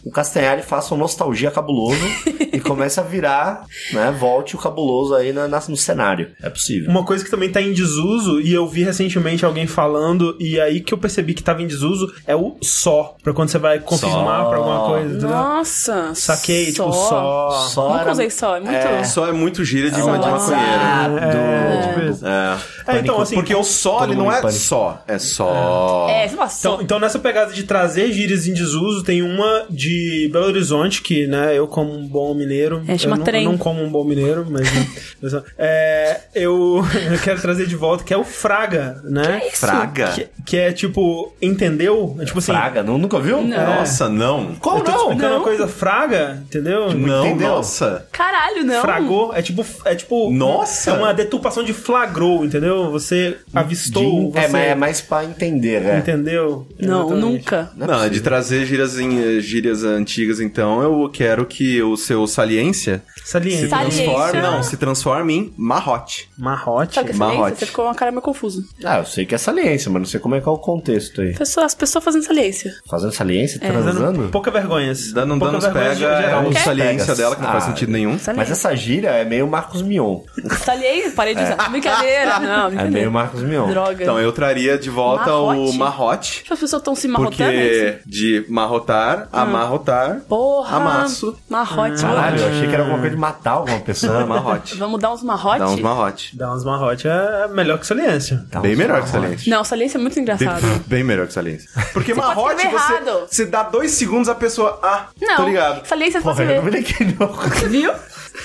Speaker 4: o Castanhari faça um nostalgia cabuloso e comece a virar, né, volte o cabuloso aí na- na- no cenário. É possível.
Speaker 2: Uma coisa que também tá em desuso, e eu vi recentemente alguém falando, e aí que eu percebi que tava em desuso, é o só. Pra quando você vai confirmar
Speaker 4: Só.
Speaker 2: pra alguma coisa, entendeu?
Speaker 3: Nossa.
Speaker 2: Saquei, tipo, só.
Speaker 4: Só
Speaker 3: Nunca
Speaker 4: era...
Speaker 3: usei só, é muito.
Speaker 1: Só é muito gíria de, de
Speaker 3: Só.
Speaker 1: maconheiro.
Speaker 4: Exato.
Speaker 2: Tipo isso.
Speaker 1: É.
Speaker 2: É, então, assim,
Speaker 1: Porque o só,
Speaker 4: Todo
Speaker 1: ele não
Speaker 4: mundo
Speaker 1: é
Speaker 4: em pânico.
Speaker 1: só, é só.
Speaker 3: É, você fala só.
Speaker 2: Então, então, nessa pegada de trazer gírias em desuso, tem uma de Belo Horizonte, que, né, eu como um bom mineiro.
Speaker 3: É, chama
Speaker 2: eu não,
Speaker 3: trem.
Speaker 2: eu não como um bom mineiro, mas.
Speaker 3: [laughs]
Speaker 2: né, eu só- é, eu, [laughs] eu quero trazer de volta, que é o Fraga, né?
Speaker 3: é
Speaker 1: Fraga?
Speaker 2: Que, que é tipo, entendeu? É tipo assim.
Speaker 4: Praga, não, nunca viu? Então,
Speaker 1: Nossa, não.
Speaker 4: Como
Speaker 2: Eu tô te
Speaker 4: não?
Speaker 2: explicando uma coisa fraga, entendeu? Tipo,
Speaker 1: Não,
Speaker 4: Entendeu?
Speaker 1: nossa.
Speaker 3: Caralho, não.
Speaker 2: Fragou, é tipo. É tipo
Speaker 1: Nossa!
Speaker 2: É uma deturpação de flagrou, entendeu? Você avistou,
Speaker 4: Jin-
Speaker 2: você
Speaker 4: É, mas é mais pra entender, né?
Speaker 2: entendeu?
Speaker 3: Não,
Speaker 2: Exatamente.
Speaker 3: nunca.
Speaker 1: Não, é de trazer gírias, em- gírias antigas, então, eu quero que o seu saliência
Speaker 2: Saliência.
Speaker 1: se transforme.
Speaker 3: Saliência.
Speaker 1: Não, se transforme em marrote.
Speaker 2: Marrote.
Speaker 3: Sabe o que é
Speaker 1: Marrote.
Speaker 3: saliência? Você ficou uma cara meio confusa.
Speaker 4: Ah, eu sei que é saliência, mas não sei como é que é o contexto aí.
Speaker 3: Pessoa- as pessoas fazendo saliência.
Speaker 4: Fazendo saliência, transando?
Speaker 2: Pouca vergonha. assim.
Speaker 1: Dando um
Speaker 2: Pouca
Speaker 1: danos
Speaker 2: vergonha
Speaker 1: pega é
Speaker 2: geral.
Speaker 1: o
Speaker 4: Quer?
Speaker 1: saliência
Speaker 4: Pegas.
Speaker 1: dela, que não faz
Speaker 4: Ah.
Speaker 1: sentido nenhum.
Speaker 4: Mas
Speaker 3: Saliência.
Speaker 4: essa gíria é meio Marcos Mion.
Speaker 3: Saliência, parei de
Speaker 1: É.
Speaker 3: usar.
Speaker 1: [laughs]
Speaker 3: Brincadeira. Não,
Speaker 4: É
Speaker 3: brincadeira.
Speaker 4: meio Marcos Mion.
Speaker 3: Droga.
Speaker 1: Então eu traria de volta o
Speaker 3: Marrote?
Speaker 1: marrote.
Speaker 3: As pessoas estão se marrotando. é isso? Ah.
Speaker 1: Porque de marrotar, amarrotar,
Speaker 3: Porra.
Speaker 1: amasso,
Speaker 3: Marrote.
Speaker 4: Ah. Caralho, eu achei que era alguma coisa de matar alguma pessoa. [laughs]
Speaker 1: marrote.
Speaker 3: [laughs] Vamos dar uns marrotes?
Speaker 1: Dá uns marrote.
Speaker 2: Dá uns marrote é melhor que saliência.
Speaker 4: Tá,
Speaker 1: Bem
Speaker 4: uns
Speaker 1: melhor que
Speaker 4: marrotes.
Speaker 1: saliente.
Speaker 3: Não, saliência é muito engraçado.
Speaker 1: Bem melhor que saliente. Porque marrote,
Speaker 3: escrever
Speaker 1: você,
Speaker 3: errado.
Speaker 1: você dá dois segundos, a pessoa. Ah,
Speaker 3: Não.
Speaker 1: tô ligado.
Speaker 3: Saliência é só
Speaker 4: Porra,
Speaker 3: você
Speaker 4: eu não me
Speaker 3: ver. é
Speaker 4: daquele [laughs] não.
Speaker 3: Viu?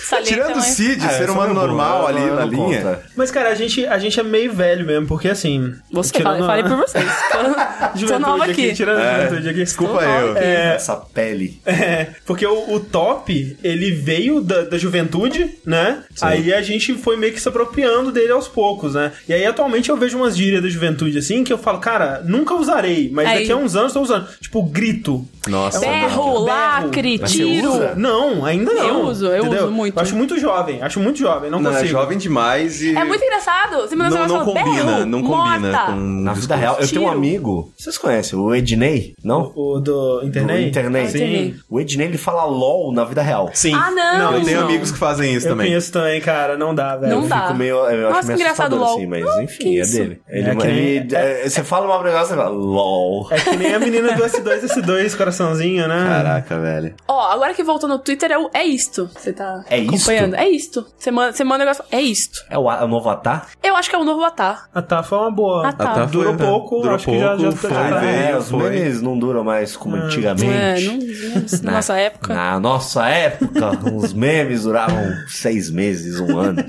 Speaker 3: Saliência
Speaker 1: Tirando o
Speaker 3: mas-
Speaker 1: Cid,
Speaker 4: Ah,
Speaker 1: ser
Speaker 4: É, essa
Speaker 1: humano
Speaker 4: não é boa, tá.
Speaker 1: normal
Speaker 4: não-
Speaker 1: ali
Speaker 4: não
Speaker 1: na linha.
Speaker 4: conta.
Speaker 2: Mas, cara, a gente, a gente é meio velho mesmo, porque assim.
Speaker 3: Você, falei, falei por
Speaker 4: [laughs]
Speaker 3: vocês. Tô, tô
Speaker 2: Juventude
Speaker 3: nova
Speaker 2: aqui.
Speaker 3: aqui.
Speaker 2: Tirando a
Speaker 1: É,
Speaker 2: juventude aqui.
Speaker 1: Desculpa
Speaker 3: Não,
Speaker 1: eu.
Speaker 3: não,
Speaker 1: É,
Speaker 4: Essa pele.
Speaker 2: [laughs] É, porque o, o top, ele veio da, da juventude, né? Aí a gente foi meio que se apropriando dele aos poucos, né? E aí atualmente eu vejo umas gírias da juventude assim que eu falo, cara, nunca usarei, mas
Speaker 3: Aí.
Speaker 2: daqui a uns anos eu tô usando. Tipo, grito.
Speaker 1: Nossa,
Speaker 3: Berro,
Speaker 2: Berro.
Speaker 3: lacre,
Speaker 4: Mas você
Speaker 3: tiro.
Speaker 4: usa?
Speaker 2: Não, ainda não.
Speaker 3: Eu uso, eu
Speaker 2: entendeu?
Speaker 3: uso muito.
Speaker 2: acho muito jovem, acho muito jovem, não,
Speaker 1: Não, é
Speaker 2: consigo.
Speaker 1: jovem demais e.
Speaker 3: É muito engraçado. Você manda
Speaker 1: não, não
Speaker 3: um negócio e fala,
Speaker 1: combina,
Speaker 3: berro,
Speaker 1: não combina
Speaker 3: morta.
Speaker 1: com.
Speaker 4: Na vida real, eu tenho um
Speaker 3: Tiro.
Speaker 4: amigo. Vocês conhecem o Ednei? Não?
Speaker 2: O do internet?
Speaker 4: Do
Speaker 2: Sim.
Speaker 4: internet.
Speaker 3: Ah, Internet.
Speaker 4: O Ah, Ednei, ele fala LOL na vida real.
Speaker 1: Sim.
Speaker 3: Ah, não.
Speaker 1: Eu tenho
Speaker 3: Não.
Speaker 1: amigos que fazem isso
Speaker 2: Eu
Speaker 1: também.
Speaker 2: conheço também, cara, não dá, velho.
Speaker 3: Não
Speaker 4: Eu
Speaker 3: dá.
Speaker 4: fico meio, eu acho
Speaker 3: Nossa,
Speaker 4: meio
Speaker 3: engraçado,
Speaker 4: assustador
Speaker 3: LOL.
Speaker 4: assim, mas
Speaker 3: Ah,
Speaker 4: enfim,
Speaker 3: que
Speaker 4: é
Speaker 3: isso.
Speaker 4: dele. Ele,
Speaker 2: É que nem-
Speaker 4: ele- é- você fala uma negócio e fala, LOL.
Speaker 2: É que nem a menina do S2S2, coraçãozinho, né?
Speaker 1: Caraca, velho.
Speaker 3: Ó, agora que voltou no Twitter é, o, é isto. Você tá.
Speaker 4: É isto?
Speaker 3: acompanhando. É isto. Você manda, você manda o negócio. É isto.
Speaker 4: É o, a- é o novo Atar?
Speaker 3: Eu acho que é o novo Atar.
Speaker 2: A TAF foi uma boa.
Speaker 3: Ah, tá.
Speaker 1: Até foi,
Speaker 2: Durou
Speaker 1: né?
Speaker 2: pouco,
Speaker 1: durou
Speaker 2: acho que
Speaker 1: pouco,
Speaker 2: já- já-
Speaker 1: foi,
Speaker 2: já-
Speaker 4: Ah, é,
Speaker 1: veio,
Speaker 4: os
Speaker 1: foi.
Speaker 4: memes não duram mais como antigamente.
Speaker 3: É, não, não- na nossa época.
Speaker 4: Na nossa época, os memes duravam seis meses, um ano.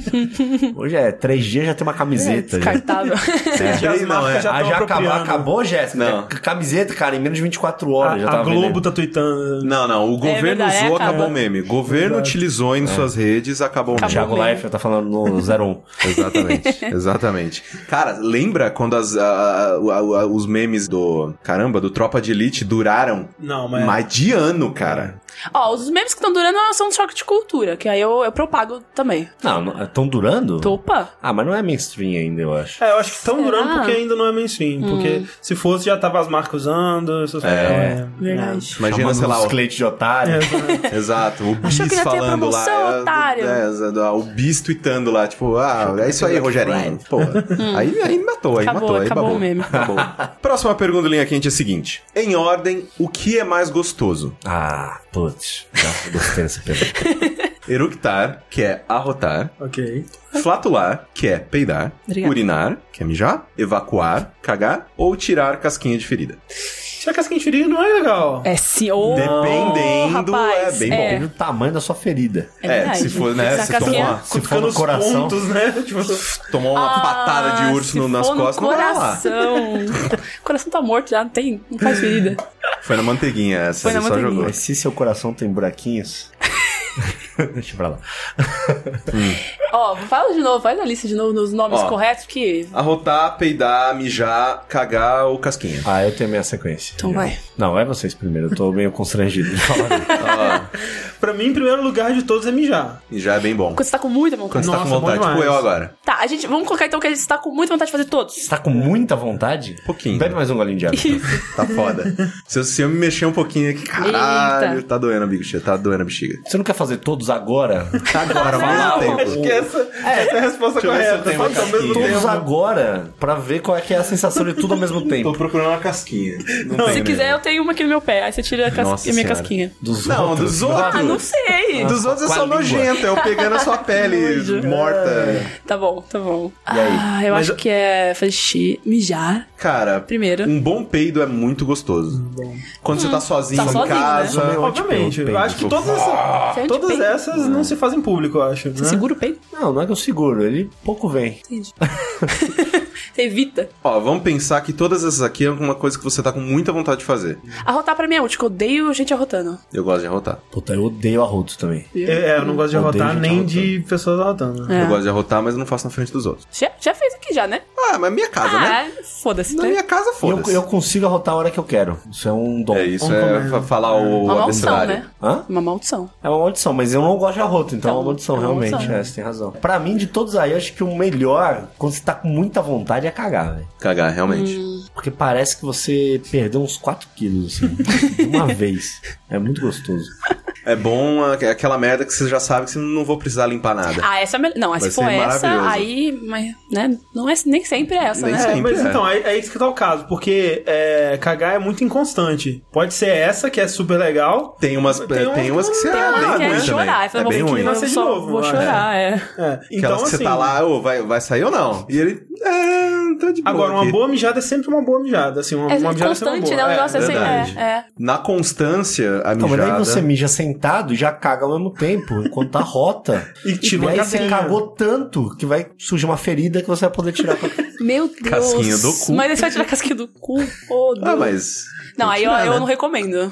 Speaker 4: Hoje é três dias já tem uma camiseta.
Speaker 3: É,
Speaker 4: já.
Speaker 3: Descartável.
Speaker 4: É.
Speaker 2: Já as
Speaker 4: Não,
Speaker 2: marcas
Speaker 4: é.
Speaker 2: já
Speaker 4: Ah,
Speaker 2: tão
Speaker 4: já acabou,
Speaker 2: apropriando.
Speaker 4: acabou, Jéssica?
Speaker 1: Não.
Speaker 4: Já- Camiseta, cara, em menos de 24
Speaker 2: A,
Speaker 4: horas. já
Speaker 2: a
Speaker 4: tava
Speaker 2: Globo
Speaker 4: vendendo.
Speaker 2: tá tweetando.
Speaker 1: Não, não. O governo
Speaker 3: É verdade,
Speaker 1: usou,
Speaker 3: acaba.
Speaker 1: acabou o meme. Governo utilizou
Speaker 4: É.
Speaker 1: em suas redes, acabou o meme.
Speaker 3: Acabou.
Speaker 4: Thiago Leifert tá falando no 01. [laughs]
Speaker 1: Exatamente, exatamente. Cara, lembra quando as, a- a- a- a- os memes do. Caramba, do Tropa de Elite duraram
Speaker 2: Não, mas.
Speaker 1: mais de ano, cara.
Speaker 3: Ó, os memes que estão durando são um choque de cultura, que aí eu, eu propago também.
Speaker 4: Não, estão durando?
Speaker 3: Topa?
Speaker 4: Ah, mas não é mainstream ainda, eu acho.
Speaker 2: É, eu acho que estão durando
Speaker 3: Será? Hum.
Speaker 2: porque ainda não é mainstream. Porque se fosse, já tava as marcas usando. Essas
Speaker 4: É.
Speaker 2: coisas. Então,
Speaker 3: Verdade.
Speaker 1: Imagina,
Speaker 4: Chamando
Speaker 1: sei lá,
Speaker 4: Os clientes de
Speaker 3: É.
Speaker 4: otário.
Speaker 1: o, [laughs] exato, o
Speaker 3: Achou que
Speaker 1: Bis
Speaker 3: já tinha
Speaker 1: falando lá.
Speaker 3: promoção,
Speaker 1: é,
Speaker 3: otário.
Speaker 1: é, é, o Bis tweetando lá, tipo, ah, é isso aí, Rogerinho. Pô,
Speaker 4: [laughs] Hum.
Speaker 1: aí, aí matou, aí
Speaker 3: Acabou,
Speaker 1: matou, aí
Speaker 3: acabou
Speaker 1: babou.
Speaker 3: o meme.
Speaker 1: Acabou. Próxima pergunta, linha quente, é a seguinte: Em ordem, o que é mais gostoso?
Speaker 4: Ah, putz. Já gostei dessa pergunta.
Speaker 1: Eructar, que é arrotar.
Speaker 2: né? Ok.
Speaker 1: Flatular, que é peidar,
Speaker 3: Obrigada.
Speaker 1: urinar, que é mijar, evacuar, cagar ou tirar casquinha de ferida.
Speaker 2: Será que as quentinhas não é legal?
Speaker 3: É sim. Ô,
Speaker 1: Dependendo,
Speaker 3: rapaz,
Speaker 1: é bem
Speaker 3: é.
Speaker 4: Depende do tamanho da sua ferida.
Speaker 3: É
Speaker 1: É,
Speaker 3: verdade.
Speaker 1: se for, né,
Speaker 3: Essa
Speaker 1: se for
Speaker 3: casquinha-
Speaker 1: uma-
Speaker 4: Se
Speaker 2: Fica
Speaker 4: for no
Speaker 2: nos
Speaker 4: coração.
Speaker 2: pontos, né? [laughs] Tipo,
Speaker 1: Tomar uma
Speaker 3: Ah,
Speaker 1: patada de urso
Speaker 3: se
Speaker 1: no- nas
Speaker 3: for no
Speaker 1: costas não vai lá.
Speaker 3: coração. [laughs] o coração tá morto já, não tem, não faz ferida.
Speaker 1: Foi na manteiguinha essa,
Speaker 3: Foi na
Speaker 1: você só
Speaker 3: manteiguinha.
Speaker 1: jogou.
Speaker 4: Mas se seu coração tem buraquinhos. [laughs] Deixa pra lá.
Speaker 3: Ó, fala de novo, faz a lista de novo nos nomes
Speaker 1: Ó.
Speaker 3: corretos, porque...
Speaker 1: Arrotar, peidar, mijar, cagar ou casquinha.
Speaker 4: Ah, eu tenho minha sequência.
Speaker 3: Então vai.
Speaker 4: Não, é vocês primeiro. Eu tô meio [laughs] constrangido de falar.
Speaker 3: Ah.
Speaker 1: Ó,
Speaker 2: pra mim, em primeiro lugar de todos é mijar.
Speaker 1: mijar é bem bom.
Speaker 3: Quando você tá com muita
Speaker 1: Quando
Speaker 3: vontade.
Speaker 1: você tá com
Speaker 2: Nossa, bom
Speaker 1: vontade, tipo
Speaker 2: demais.
Speaker 1: eu agora.
Speaker 3: Tá, a gente, vamos colocar então que a gente tá com muita vontade de fazer todos.
Speaker 4: Você tá com muita vontade?
Speaker 1: Pouquinho.
Speaker 4: Bebe mais um golinho de água.
Speaker 1: Tá
Speaker 3: [laughs]
Speaker 1: foda. se, eu, se eu me mexer um pouquinho aqui, caralho,
Speaker 3: Eita.
Speaker 1: tá doendo a bexiga, tá doendo a bexiga.
Speaker 4: Você não quer fazer todos agora?
Speaker 3: Tá
Speaker 1: Agora,
Speaker 3: Não.
Speaker 1: mais um tempo.
Speaker 2: Acho que essa, essa é a resposta
Speaker 1: Deixa eu ver se eu
Speaker 2: correta.
Speaker 1: tenho uma
Speaker 2: Faz ao mesmo
Speaker 1: casquinha.
Speaker 4: [laughs] Todos
Speaker 2: tempo.
Speaker 4: agora, pra ver qual é que é a sensação de tudo ao mesmo tempo.
Speaker 1: procurando uma [laughs] casquinha. Não tem né?
Speaker 3: Se
Speaker 1: mesmo.
Speaker 3: quiser, eu tenho uma aqui no meu pé. Aí você tira a, cas-
Speaker 1: Nossa
Speaker 3: a minha
Speaker 1: senhora.
Speaker 3: casquinha.
Speaker 4: Dos
Speaker 1: Não, dos outros.
Speaker 3: Ah, não sei.
Speaker 1: Dos outros
Speaker 4: Com
Speaker 1: é
Speaker 4: a
Speaker 1: só
Speaker 4: língua.
Speaker 1: nojento, é eu pegando a
Speaker 3: [laughs]
Speaker 1: sua pele morta.
Speaker 3: Tá bom, tá bom.
Speaker 4: aí?
Speaker 3: Ah, eu
Speaker 2: Mas
Speaker 3: acho
Speaker 2: eu-
Speaker 3: que é fazer xixi, mijar,
Speaker 1: Cara,
Speaker 3: primeiro. Hum,
Speaker 1: um bom peido é muito gostoso. Quando você tá sozinho
Speaker 3: tá
Speaker 1: em
Speaker 3: sozinho,
Speaker 1: casa.
Speaker 4: né?
Speaker 2: Obviamente.
Speaker 4: Tipo,
Speaker 2: Eu acho que todas
Speaker 3: Você é
Speaker 2: essas,
Speaker 3: de
Speaker 2: todas
Speaker 3: peito.
Speaker 2: essas não se fazem público, eu acho.
Speaker 3: Você
Speaker 2: Né?
Speaker 3: segura o peito?
Speaker 4: Não, não é que eu seguro, ele pouco vem.
Speaker 3: Entendi. você evita.
Speaker 1: Ó, vamos pensar que todas essas aqui é uma coisa que você tá com muita vontade de fazer.
Speaker 3: Arrotar pra mim é útil, que eu odeio gente arrotando.
Speaker 1: Eu gosto de arrotar.
Speaker 4: Puta, eu odeio arroto também.
Speaker 2: É, é, eu não gosto de
Speaker 4: Odeio
Speaker 2: arrotar
Speaker 4: gente
Speaker 2: nem de pessoas arrotando. né?
Speaker 3: É.
Speaker 1: Eu gosto de arrotar, mas eu não faço na frente dos outros.
Speaker 3: Já, já fez aqui já, né?
Speaker 1: Ah, mas minha casa, né?
Speaker 3: Ah, foda-se.
Speaker 1: Na
Speaker 3: Né?
Speaker 1: minha casa,
Speaker 4: E eu,
Speaker 1: foda-se.
Speaker 4: eu consigo arrotar a hora que eu quero. Isso é um dom.
Speaker 1: É isso, é
Speaker 2: Vamos comer.
Speaker 1: fa- falar o
Speaker 3: Uma maldição,
Speaker 1: abecedário.
Speaker 3: né?
Speaker 4: Hã?
Speaker 3: Uma maldição.
Speaker 4: É uma maldição, mas eu não gosto de arroto, então é uma
Speaker 3: Então,
Speaker 4: maldição,
Speaker 3: é uma
Speaker 4: realmente.
Speaker 3: maldição.
Speaker 4: É, você tem razão. Pra mim, de todos aí, eu acho que o melhor, quando você tá com muita vontade, é cagar, velho.
Speaker 1: Cagar, realmente.
Speaker 3: Hum.
Speaker 4: Porque parece que você perdeu uns 4 quilos, assim, de uma vez. É muito gostoso.
Speaker 1: É bom a- aquela merda que você já sabe que você não vou precisar limpar nada.
Speaker 3: Ah, essa é a melhor. Não,
Speaker 1: Vai
Speaker 3: se for
Speaker 1: ser maravilhoso.
Speaker 3: essa, aí. Mas, né? Não é, nem sempre é essa,
Speaker 1: Nem
Speaker 3: né?
Speaker 1: sempre.
Speaker 2: mas
Speaker 1: é.
Speaker 2: então, aí, aí que tá o caso, porque é, cagar é muito inconstante. Pode ser essa, que é super legal.
Speaker 1: Tem umas,
Speaker 2: Tem umas-
Speaker 1: tem umas que você
Speaker 2: tem
Speaker 1: é
Speaker 2: umas
Speaker 1: bem
Speaker 3: Ah,
Speaker 1: ruim
Speaker 2: que é
Speaker 1: também.
Speaker 3: quer chorar. Eu
Speaker 1: É
Speaker 3: falei,
Speaker 1: bem
Speaker 3: vou ter que
Speaker 1: ruim.
Speaker 2: Nascer
Speaker 3: eu
Speaker 2: de
Speaker 3: só
Speaker 2: novo,
Speaker 3: vou
Speaker 2: né?
Speaker 3: chorar, é.
Speaker 2: É,
Speaker 1: Então,
Speaker 2: então,
Speaker 1: Aquelas que
Speaker 2: assim,
Speaker 1: você tá lá, ô, vai, vai sair ou não? E ele. É, tá de boa.
Speaker 2: Agora, uma
Speaker 1: aqui.
Speaker 2: boa mijada é sempre uma boa mijada. Assim, uma,
Speaker 3: É
Speaker 2: uma mijada é
Speaker 3: constante,
Speaker 2: sempre
Speaker 3: né?
Speaker 2: uma
Speaker 3: O
Speaker 2: boa.
Speaker 3: negócio é assim,
Speaker 1: verdade.
Speaker 3: é, é.
Speaker 1: Na constância, a
Speaker 4: Não, mas daí
Speaker 1: mijada.
Speaker 4: você mija sentado e já caga ao mesmo tempo, enquanto arrota.
Speaker 2: E tira
Speaker 4: e
Speaker 2: uma
Speaker 4: aí você
Speaker 2: casquinha.
Speaker 4: cagou tanto que vai surgir uma ferida que você vai poder tirar. Pra...
Speaker 3: Meu Deus.
Speaker 1: Casquinha do cu.
Speaker 3: Mas aí você vai tirar a casquinha do cu. Ô,
Speaker 1: Ah,
Speaker 3: Deus.
Speaker 1: mas.
Speaker 3: Não, aí eu,
Speaker 1: tirar,
Speaker 3: eu
Speaker 1: né? [laughs]
Speaker 3: não recomendo.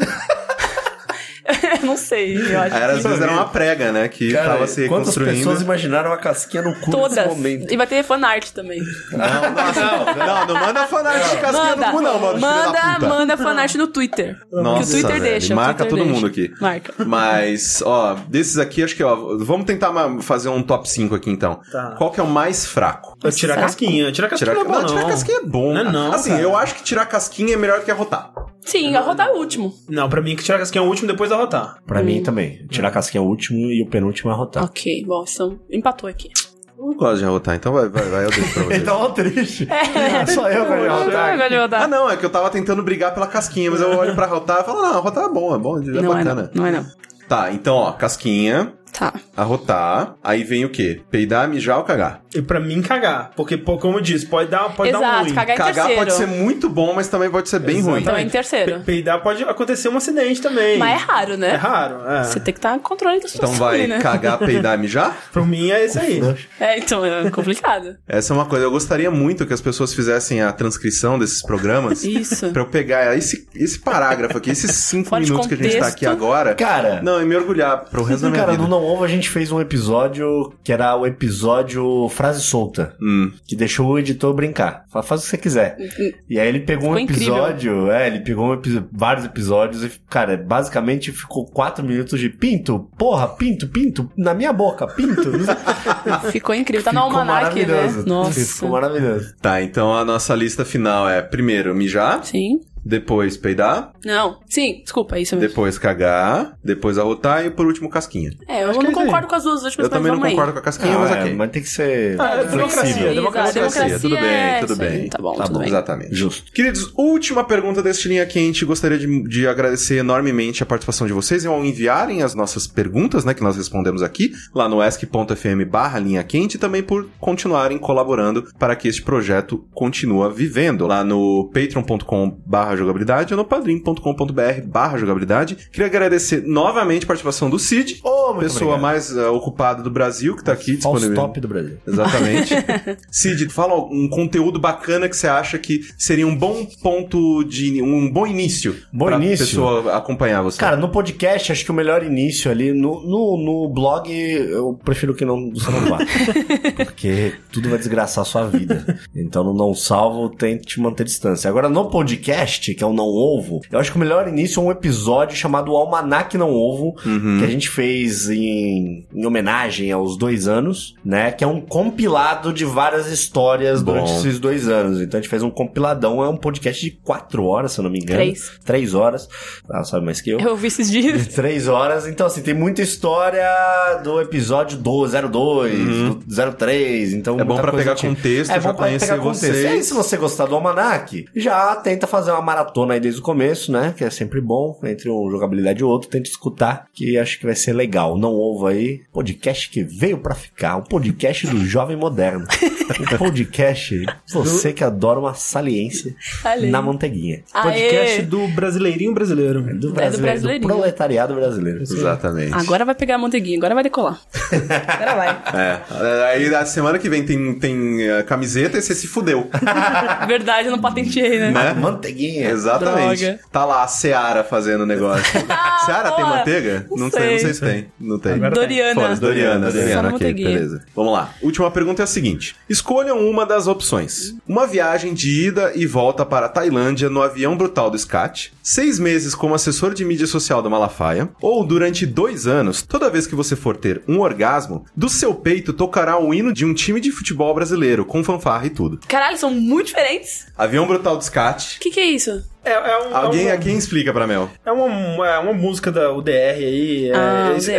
Speaker 3: eu não sei, eu acho.
Speaker 1: Aí, às vezes era uma prega, né? Que tava se
Speaker 4: quantas pessoas
Speaker 1: reconstruindo.
Speaker 4: imaginaram uma casquinha no cu nesse
Speaker 3: Todas.
Speaker 4: momento?
Speaker 3: E vai ter fanart também.
Speaker 1: Não, não, não, não, não manda fanart de casquinha
Speaker 3: Manda,
Speaker 1: no cu, não, mano. filho da
Speaker 3: manda,
Speaker 1: puta.
Speaker 3: manda fanart no Twitter.
Speaker 1: Nossa,
Speaker 3: que o Twitter
Speaker 1: velho,
Speaker 3: deixa. o
Speaker 1: marca
Speaker 3: Twitter
Speaker 1: todo
Speaker 3: deixa.
Speaker 1: mundo aqui.
Speaker 3: Marca.
Speaker 1: Mas, ó, desses aqui, acho que, ó, vamos tentar ma- fazer um top 5 aqui então.
Speaker 2: Tá.
Speaker 1: Qual que é o mais fraco?
Speaker 2: Eu tirar a casquinha. Tirar a casquinha
Speaker 1: Tirar,
Speaker 2: não é bom,
Speaker 1: não,
Speaker 2: não.
Speaker 1: tirar casquinha é bom.
Speaker 2: Não é não,
Speaker 1: assim,
Speaker 2: cara.
Speaker 1: eu acho que tirar casquinha é melhor que arrotar.
Speaker 3: Sim, eu vou dar o último.
Speaker 2: Não, pra mim, que tirar a casquinha é o último depois da rotar.
Speaker 4: Pra
Speaker 3: Hum.
Speaker 4: mim também. Tirar a casquinha é o último e o penúltimo é arrotar.
Speaker 3: Ok, bom, então empatou aqui.
Speaker 1: Eu não gosto de arrotar, então vai, vai, vai eu deixo
Speaker 3: [laughs]
Speaker 1: pra você.
Speaker 4: Então, ó, triste. É. Só eu vou
Speaker 3: Ah,
Speaker 4: arrotar.
Speaker 3: agora eu vou dar.
Speaker 1: Ah, não, é que eu tava tentando brigar pela casquinha, mas eu olho pra rotar e falo, não, rotar é bom, é bom, é
Speaker 3: não é
Speaker 1: bacana.
Speaker 3: não, não é não.
Speaker 1: Tá, então, ó, casquinha,
Speaker 3: Tá.
Speaker 1: Arrotar. Aí vem o quê? Peidar, mijar ou cagar?
Speaker 2: E pra mim, cagar. Porque, pô, como eu disse, pode dar, pode dar um
Speaker 3: Exato,
Speaker 2: ruim.
Speaker 3: cagar em
Speaker 1: cagar
Speaker 3: terceiro.
Speaker 1: pode ser muito bom, mas também pode ser bem ruim.
Speaker 3: Então é em
Speaker 2: Pe-
Speaker 3: terceiro.
Speaker 2: Peidar pode acontecer um acidente também.
Speaker 3: Mas é raro, né?
Speaker 2: É raro, é.
Speaker 3: Você tem que estar em controle da
Speaker 1: Então
Speaker 3: situação ali,
Speaker 1: vai
Speaker 3: né? [laughs]
Speaker 1: cagar, peidar, mijar?
Speaker 2: Pra mim é isso aí.
Speaker 3: É, então é complicado.
Speaker 1: Essa é uma coisa. Eu gostaria muito que as pessoas fizessem a transcrição desses programas. [laughs]
Speaker 3: Isso.
Speaker 1: Pra eu pegar esse, esse parágrafo aqui, esses cinco
Speaker 3: Fora de
Speaker 1: minutos que a gente tá
Speaker 3: contexto.
Speaker 1: aqui agora.
Speaker 4: Cara.
Speaker 1: Não, e me orgulhar pro resto da minha
Speaker 4: Cara,
Speaker 1: vida.
Speaker 4: no Não Ovo a gente fez um episódio que era o episódio Frase Solta,
Speaker 1: Hum.
Speaker 4: que deixou o editor brincar. Fala, faz o que você quiser. E aí ele pegou um
Speaker 3: Ficou incrível.
Speaker 4: episódio, é, ele pegou um epi- vários episódios e, cara, basicamente ficou quatro minutos de pinto, porra, pinto, pinto, na minha boca, pinto. Não sei.
Speaker 3: Ficou incrível. [laughs] Tá no
Speaker 4: ficou
Speaker 3: almanac,
Speaker 4: maravilhoso.
Speaker 3: né? Nossa.
Speaker 4: Ficou maravilhoso.
Speaker 1: Tá, então a nossa lista final é primeiro mijar,
Speaker 3: Sim.
Speaker 1: depois peidar,
Speaker 3: Não. Sim, desculpa, é isso mesmo.
Speaker 1: depois cagar, depois arrotar e por último casquinha.
Speaker 3: É, eu
Speaker 2: Acho que
Speaker 3: não
Speaker 2: é isso aí.
Speaker 3: concordo com as duas últimas,
Speaker 1: eu
Speaker 3: mas
Speaker 1: também não
Speaker 3: vamos aí.
Speaker 1: concordo com a casquinha, mas
Speaker 4: é,
Speaker 1: ok.
Speaker 4: mas é assim, tem que ser
Speaker 2: Ah, é
Speaker 1: Flexível.
Speaker 2: democracia, democracia.
Speaker 3: Sim, exato,
Speaker 1: democracia, tudo
Speaker 3: democracia,
Speaker 1: bem,
Speaker 3: é
Speaker 1: tudo
Speaker 3: isso aí.
Speaker 1: bem.
Speaker 3: Tá bom,
Speaker 4: Tá
Speaker 3: tudo
Speaker 4: bom,
Speaker 3: bem.
Speaker 1: Exatamente.
Speaker 4: justo.
Speaker 1: Queridos, última pergunta deste linha quente. Gostaria de, de agradecer enormemente a participação de vocês e ao enviarem as nossas perguntas, né, que nós respondemos aqui, lá no ask.fm barra linha quente e também por continuarem colaborando para que este projeto continue vivendo lá no patreon.com barra jogabilidade ou no padrim.com.br barra jogabilidade. Queria agradecer novamente a participação do Cid,
Speaker 4: Ô, muito
Speaker 1: pessoa
Speaker 4: obrigado.
Speaker 1: mais eh, ocupada do Brasil que tá aqui
Speaker 4: Falso
Speaker 1: disponível.
Speaker 4: top do Brasil. [laughs]
Speaker 1: Exatamente. Cid, fala um conteúdo bacana que você acha que seria um bom ponto de. um bom início
Speaker 4: Bom
Speaker 1: pra
Speaker 4: início?
Speaker 1: pessoa acompanhar você.
Speaker 4: Cara, no podcast, acho que o melhor início ali, no, no, no blog, eu prefiro que não, você [laughs] não vá. porque tudo vai desgraçar a sua vida. Então, no Não Salvo, tente manter distância. Agora, no podcast, que é o Não Ovo, eu acho que o melhor início é um episódio chamado Almanac Não Ovo,
Speaker 1: Uhum.
Speaker 4: que a
Speaker 1: Hum.
Speaker 4: gente fez em, em homenagem aos dois anos, né? Que é um compilado de várias histórias
Speaker 1: Bom.
Speaker 4: durante esses dois anos. Então, a gente fez um compiladão, é um podcast de quatro horas, se eu não me engano.
Speaker 3: Três.
Speaker 4: Três horas. Ela sabe mais que eu.
Speaker 3: Eu ouvi esses
Speaker 4: [laughs]
Speaker 3: dias.
Speaker 4: Três horas. Então, assim, tem muita história do episódio do 02, do 03. Então,
Speaker 1: Uhum. É bom
Speaker 4: muita
Speaker 1: pra
Speaker 4: coisa
Speaker 1: pegar
Speaker 4: tinha.
Speaker 1: contexto,
Speaker 4: É
Speaker 1: já
Speaker 4: bom pra
Speaker 1: conhecer
Speaker 4: pegar contexto. É E aí,
Speaker 1: vocês.
Speaker 4: se você gostar do Almanac, já tenta fazer uma maratona aí desde o começo, né? Que é sempre bom. Entre um jogabilidade e outro, tenta escutar, que acho que vai ser legal. Não ovo aí. Podcast que veio pra ficar. O podcast do jovem moderno.
Speaker 3: [laughs]
Speaker 4: O podcast, você que adora uma saliência
Speaker 3: Além.
Speaker 4: na manteiguinha.
Speaker 2: Podcast
Speaker 3: Aê. É
Speaker 2: do Brasileirinho Brasileiro.
Speaker 4: Do brasileiro, do
Speaker 3: brasileirinho.
Speaker 4: proletariado brasileiro.
Speaker 1: Exatamente.
Speaker 3: Agora vai pegar a manteiguinha, agora vai decolar.
Speaker 5: Agora vai.
Speaker 1: É. Aí na semana que vem tem, tem eh, camiseta e você se fudeu.
Speaker 3: Verdade, eu não patenteei, né?
Speaker 1: né?
Speaker 4: Manteiguinha.
Speaker 1: Exatamente.
Speaker 3: Droga.
Speaker 1: Tá lá a Seara fazendo o negócio. Seara tem
Speaker 3: porra.
Speaker 1: manteiga? tem, não
Speaker 3: Não sei.
Speaker 1: sei se tem. Não tem.
Speaker 2: Agora
Speaker 3: Doriana.
Speaker 1: Foda-se, Doriana,
Speaker 4: Só
Speaker 1: Doriana,
Speaker 3: no
Speaker 1: ok,
Speaker 3: Moteguinha.
Speaker 1: beleza. Vamos lá. Última pergunta é a seguinte: escolham uma das opções. Uma viagem de ida e volta para a Tailândia no avião brutal do SCAT, seis meses como assessor de mídia social do Malafaia, ou durante dois anos, toda vez que você for ter um orgasmo, do seu peito tocará o hino de um time de futebol brasileiro, com fanfarra e tudo.
Speaker 3: Caralho, são muito diferentes.
Speaker 1: Avião brutal do SCAT.
Speaker 3: O que, que é isso?
Speaker 2: É, é um,
Speaker 1: Alguém
Speaker 2: é um-
Speaker 1: aqui explica pra Mel.
Speaker 2: É uma, é uma música da UDR aí. É,
Speaker 3: Ah,
Speaker 2: es- é-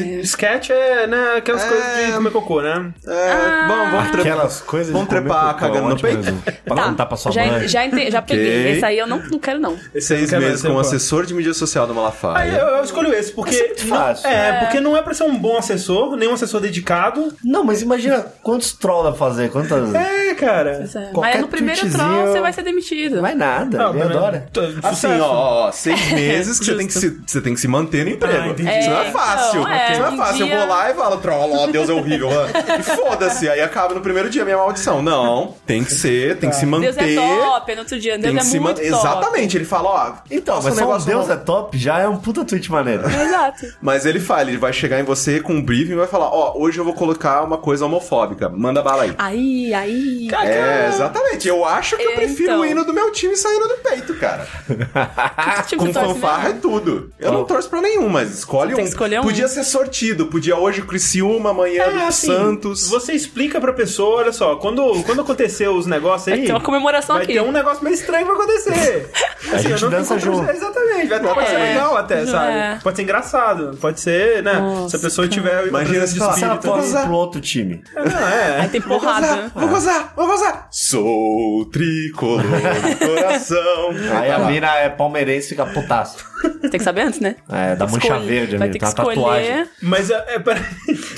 Speaker 3: UDR.
Speaker 2: es- sketch é, né, aquelas
Speaker 1: É.
Speaker 2: coisas de comer cocô, né?
Speaker 1: É, bom,
Speaker 3: Ah.
Speaker 1: vamos tra-
Speaker 4: Aquelas coisas
Speaker 1: Vamos trepar cagando no peito?
Speaker 4: né? Pra
Speaker 3: Tá.
Speaker 4: contar pra sua
Speaker 3: já,
Speaker 4: mãe.
Speaker 3: Já, ente- já peguei.
Speaker 1: Ok.
Speaker 3: Esse aí eu não, não quero, não.
Speaker 1: Seis
Speaker 2: Quero
Speaker 1: meses
Speaker 2: ver,
Speaker 1: como
Speaker 2: qual.
Speaker 1: assessor de mídia social do
Speaker 2: Aí
Speaker 1: Malafaia.
Speaker 2: eu, eu escolho esse, porque.
Speaker 4: É muito fácil.
Speaker 2: Não, é, porque não é pra ser um bom assessor, nem um assessor dedicado.
Speaker 4: Não, mas imagina quantos trolls vai fazer, quantas...
Speaker 2: É, cara.
Speaker 4: Qualquer
Speaker 3: Mas no primeiro
Speaker 4: tweetzinho-
Speaker 3: troll você vai ser demitido.
Speaker 4: Não vai nada,
Speaker 2: Não,
Speaker 4: ele
Speaker 2: também-
Speaker 4: adora.
Speaker 2: tô-
Speaker 1: Assim,
Speaker 2: sucesso.
Speaker 1: ó, ó, [laughs] seis meses que você tem que, se, você tem que se manter no emprego.
Speaker 2: Ah, entendi.
Speaker 1: Isso não é
Speaker 3: É,
Speaker 1: fácil.
Speaker 3: então, é,
Speaker 1: isso não é
Speaker 3: um
Speaker 1: fácil. Eu
Speaker 3: dia-
Speaker 1: vou lá e falo, troll, ó, Deus é horrível. ó. E foda-se, aí acaba no primeiro dia minha maldição. Não, tem que ser, tem que se manter.
Speaker 3: Deus é top, é no outro dia. Deus
Speaker 1: tem que
Speaker 3: é
Speaker 1: se
Speaker 3: muito
Speaker 1: manter.
Speaker 3: top.
Speaker 1: Exatamente, ele fala, ó.
Speaker 4: Então,
Speaker 1: faça
Speaker 4: mas só um Deus
Speaker 1: não-
Speaker 4: é top, já é um puta tweet maneiro.
Speaker 3: Exato.
Speaker 1: Mas ele fala, ele vai chegar em você com um briefing e vai falar, ó, hoje eu vou colocar uma coisa homofóbica. Manda bala aí.
Speaker 3: Aí, aí.
Speaker 1: É, exatamente. Eu acho que eu
Speaker 3: É,
Speaker 1: prefiro o
Speaker 3: então.
Speaker 1: hino do meu time saindo do peito, cara. Com
Speaker 3: Que time que Tipo, torce
Speaker 1: fanfarra e
Speaker 3: mesmo?
Speaker 1: tudo. Eu não torço pra nenhum, mas escolhe
Speaker 3: Você
Speaker 1: um.
Speaker 3: tem que escolher um.
Speaker 1: Podia ser sortido. Podia hoje Criciúma, amanhã
Speaker 2: É, assim,
Speaker 1: Santos.
Speaker 2: Você explica pra pessoa, olha só, quando, quando aconteceu os negócios aí.
Speaker 3: Vai ter É uma comemoração
Speaker 2: vai
Speaker 3: aqui.
Speaker 2: ter um negócio meio estranho pra acontecer. Assim,
Speaker 4: A gente
Speaker 2: eu não tenho
Speaker 4: dança
Speaker 2: como-
Speaker 4: junto.
Speaker 2: Exatamente. Vai, pode ser
Speaker 3: É.
Speaker 2: legal até,
Speaker 3: É.
Speaker 2: sabe? Pode ser engraçado. Pode ser, né? se a
Speaker 3: Nossa,
Speaker 2: pessoa tiver. uma
Speaker 1: Imagina
Speaker 2: presença
Speaker 1: se falar,
Speaker 2: de
Speaker 4: Se ela
Speaker 1: Espírito, né?
Speaker 4: fosse
Speaker 2: espírito.
Speaker 4: pro outro time.
Speaker 2: É,
Speaker 3: Aí tem porrada. [laughs]
Speaker 1: Vou gozar, vou gozar. Sou tricolor do coração. Tá. Não.
Speaker 4: Aí a mina é palmeirense e fica putaço.
Speaker 3: Tem que saber antes, né?
Speaker 4: É, da mancha
Speaker 3: Escolhe-
Speaker 4: verde,
Speaker 3: Vai
Speaker 4: amigo.
Speaker 3: ter que
Speaker 4: Tem uma tatuagem.
Speaker 3: escolher.
Speaker 2: Mas é, é,
Speaker 3: [laughs]
Speaker 2: peraí.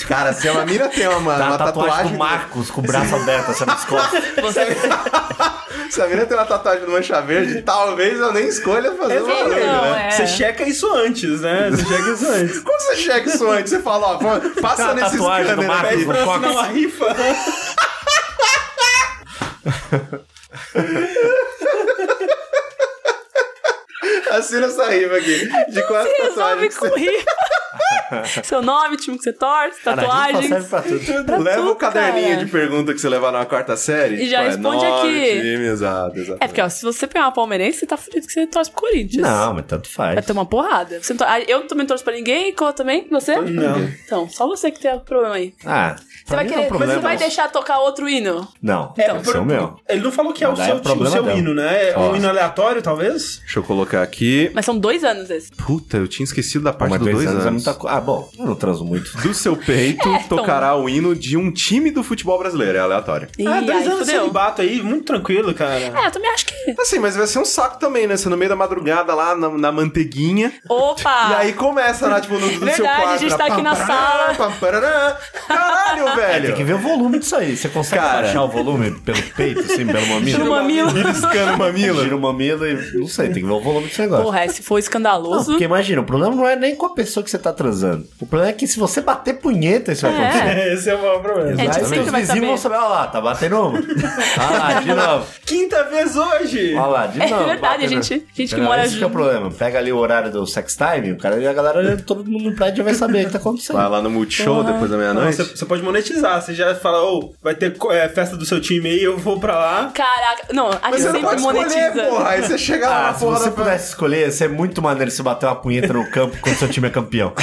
Speaker 1: Cara, se a mina tem uma,
Speaker 4: Tá
Speaker 1: uma
Speaker 4: uma tatuagem,
Speaker 1: tatuagem.
Speaker 4: do Marcos com o braço aberto, assim, nas costas.
Speaker 3: Você...
Speaker 1: Se a mina tem uma tatuagem do Mancha
Speaker 4: [laughs]
Speaker 1: Verde, talvez eu nem escolha fazer uma
Speaker 3: Exato,
Speaker 1: verde,
Speaker 3: não,
Speaker 1: né?
Speaker 3: é.
Speaker 2: Você checa isso antes, né? Você checa isso antes.
Speaker 1: Quando você checa isso antes, você fala, ó, pô, passa
Speaker 4: Tá a
Speaker 1: nesse
Speaker 4: tatuagem do
Speaker 1: scanner
Speaker 4: Marcos
Speaker 1: aqui.
Speaker 4: no
Speaker 2: Pra assinar
Speaker 4: Cox.
Speaker 2: uma rifa.
Speaker 1: Assina essa rifa aqui. De quatro
Speaker 3: Você resolve
Speaker 1: tatuagens. que
Speaker 2: [laughs]
Speaker 3: com rifa. Seu nome, time que você torce,
Speaker 4: Cara, a
Speaker 3: tatuagem.
Speaker 4: gente só serve pra tudo.
Speaker 1: você- Leva o
Speaker 3: tudo,
Speaker 1: caderninho
Speaker 3: cara.
Speaker 1: de pergunta que você levar na quarta série.
Speaker 3: E já
Speaker 1: Tipo, é
Speaker 3: responde
Speaker 1: nome,
Speaker 3: aqui.
Speaker 1: Time, exato, exato.
Speaker 3: É porque, ó, se você pegar uma palmeirense, você tá fudido que você torce pro Corinthians.
Speaker 4: Não, mas tanto
Speaker 3: Vai
Speaker 4: faz.
Speaker 3: ter uma porrada. Você não tor- Ah, Eu também torço pra ninguém, Cor também? Você?
Speaker 2: Não.
Speaker 3: Então, só você que tem o problema aí.
Speaker 4: Ah,
Speaker 3: Você vai, querer,
Speaker 4: Não, é um
Speaker 3: você vai
Speaker 4: problema.
Speaker 3: deixar tocar outro hino?
Speaker 4: não
Speaker 3: Então.
Speaker 2: É,
Speaker 4: esse é o
Speaker 2: por-
Speaker 4: meu.
Speaker 2: Ele não falou que é o
Speaker 4: Mas aí
Speaker 2: seu,
Speaker 4: é problema
Speaker 2: o seu
Speaker 4: dela.
Speaker 2: hino, né? É
Speaker 4: Ó.
Speaker 2: um hino aleatório, talvez?
Speaker 1: Deixa eu colocar aqui.
Speaker 3: Mas são dois anos esse.
Speaker 1: Puta, eu tinha esquecido da parte
Speaker 4: Mas
Speaker 1: dos
Speaker 4: dois,
Speaker 1: dois
Speaker 4: anos, é
Speaker 1: anos.
Speaker 4: muita coisa. Ah, bom, eu não transo muito.
Speaker 1: Do seu peito
Speaker 3: [laughs] É, então.
Speaker 1: tocará o hino de um time do futebol brasileiro. É aleatório.
Speaker 3: Ih,
Speaker 2: ah, dois
Speaker 3: aí
Speaker 2: anos de
Speaker 3: fudeu.
Speaker 2: celibato aí, muito tranquilo, cara.
Speaker 3: É, eu também acho que.
Speaker 1: Assim, mas vai ser um saco também, né? Você no meio da madrugada lá na, na manteiguinha.
Speaker 3: Opa!
Speaker 1: E aí começa, né? Tipo, no, no seu
Speaker 3: Ah. Verdade,
Speaker 1: quarto.
Speaker 3: a gente tá
Speaker 1: pam,
Speaker 3: aqui na
Speaker 1: parará,
Speaker 3: sala. É,
Speaker 1: pam, parará.
Speaker 3: [laughs]
Speaker 1: Caralho,
Speaker 4: Tem que
Speaker 1: velho.
Speaker 4: ver o volume disso aí. Você consegue
Speaker 1: Cara.
Speaker 4: baixar o volume pelo peito, assim, pelo
Speaker 3: Tira o
Speaker 4: mamilo?
Speaker 3: mamilo.
Speaker 1: Piscando o mamilo.
Speaker 4: Tira o mamilo e... Não sei, tem que ver o volume desse negócio.
Speaker 3: Porra, é, se for
Speaker 4: Não,
Speaker 3: escandaloso.
Speaker 4: porque imagina, o problema não é nem com a pessoa que você tá transando. O problema é que se você bater punheta, isso vai acontecer.
Speaker 2: [laughs]
Speaker 3: É.
Speaker 2: Esse é o maior problema.
Speaker 3: É. a gente
Speaker 4: Aí
Speaker 3: sempre
Speaker 4: os
Speaker 3: vai
Speaker 4: vizinhos
Speaker 3: saber.
Speaker 4: vão saber, olha lá, tá batendo uma. Olha lá,
Speaker 3: [laughs]
Speaker 4: de novo.
Speaker 2: Quinta vez hoje!
Speaker 4: Olha lá, de
Speaker 3: É
Speaker 4: novo.
Speaker 3: verdade,
Speaker 4: batendo.
Speaker 3: gente- gente que
Speaker 4: Entendeu?
Speaker 3: mora
Speaker 4: Esse que é o
Speaker 3: junto.
Speaker 4: problema. Pega ali o horário do sex time, o cara, a galera, todo mundo no prédio vai saber o que tá acontecendo.
Speaker 1: Vai lá no Multishow depois da
Speaker 2: Não,
Speaker 1: meia-noite.
Speaker 2: você, você pode monetizar, você já fala, ô, vai ter co- é, festa do seu time aí, eu vou pra lá.
Speaker 3: Caraca. Não, a gente
Speaker 1: Mas você não
Speaker 3: sempre
Speaker 1: pode
Speaker 3: monetiza.
Speaker 1: escolher, porra. Aí você chega lá
Speaker 4: Ah,
Speaker 1: na
Speaker 4: se
Speaker 1: porra
Speaker 4: você
Speaker 1: da...
Speaker 4: pudesse escolher, ia ser muito maneiro se bater uma punheta no campo quando seu time é campeão.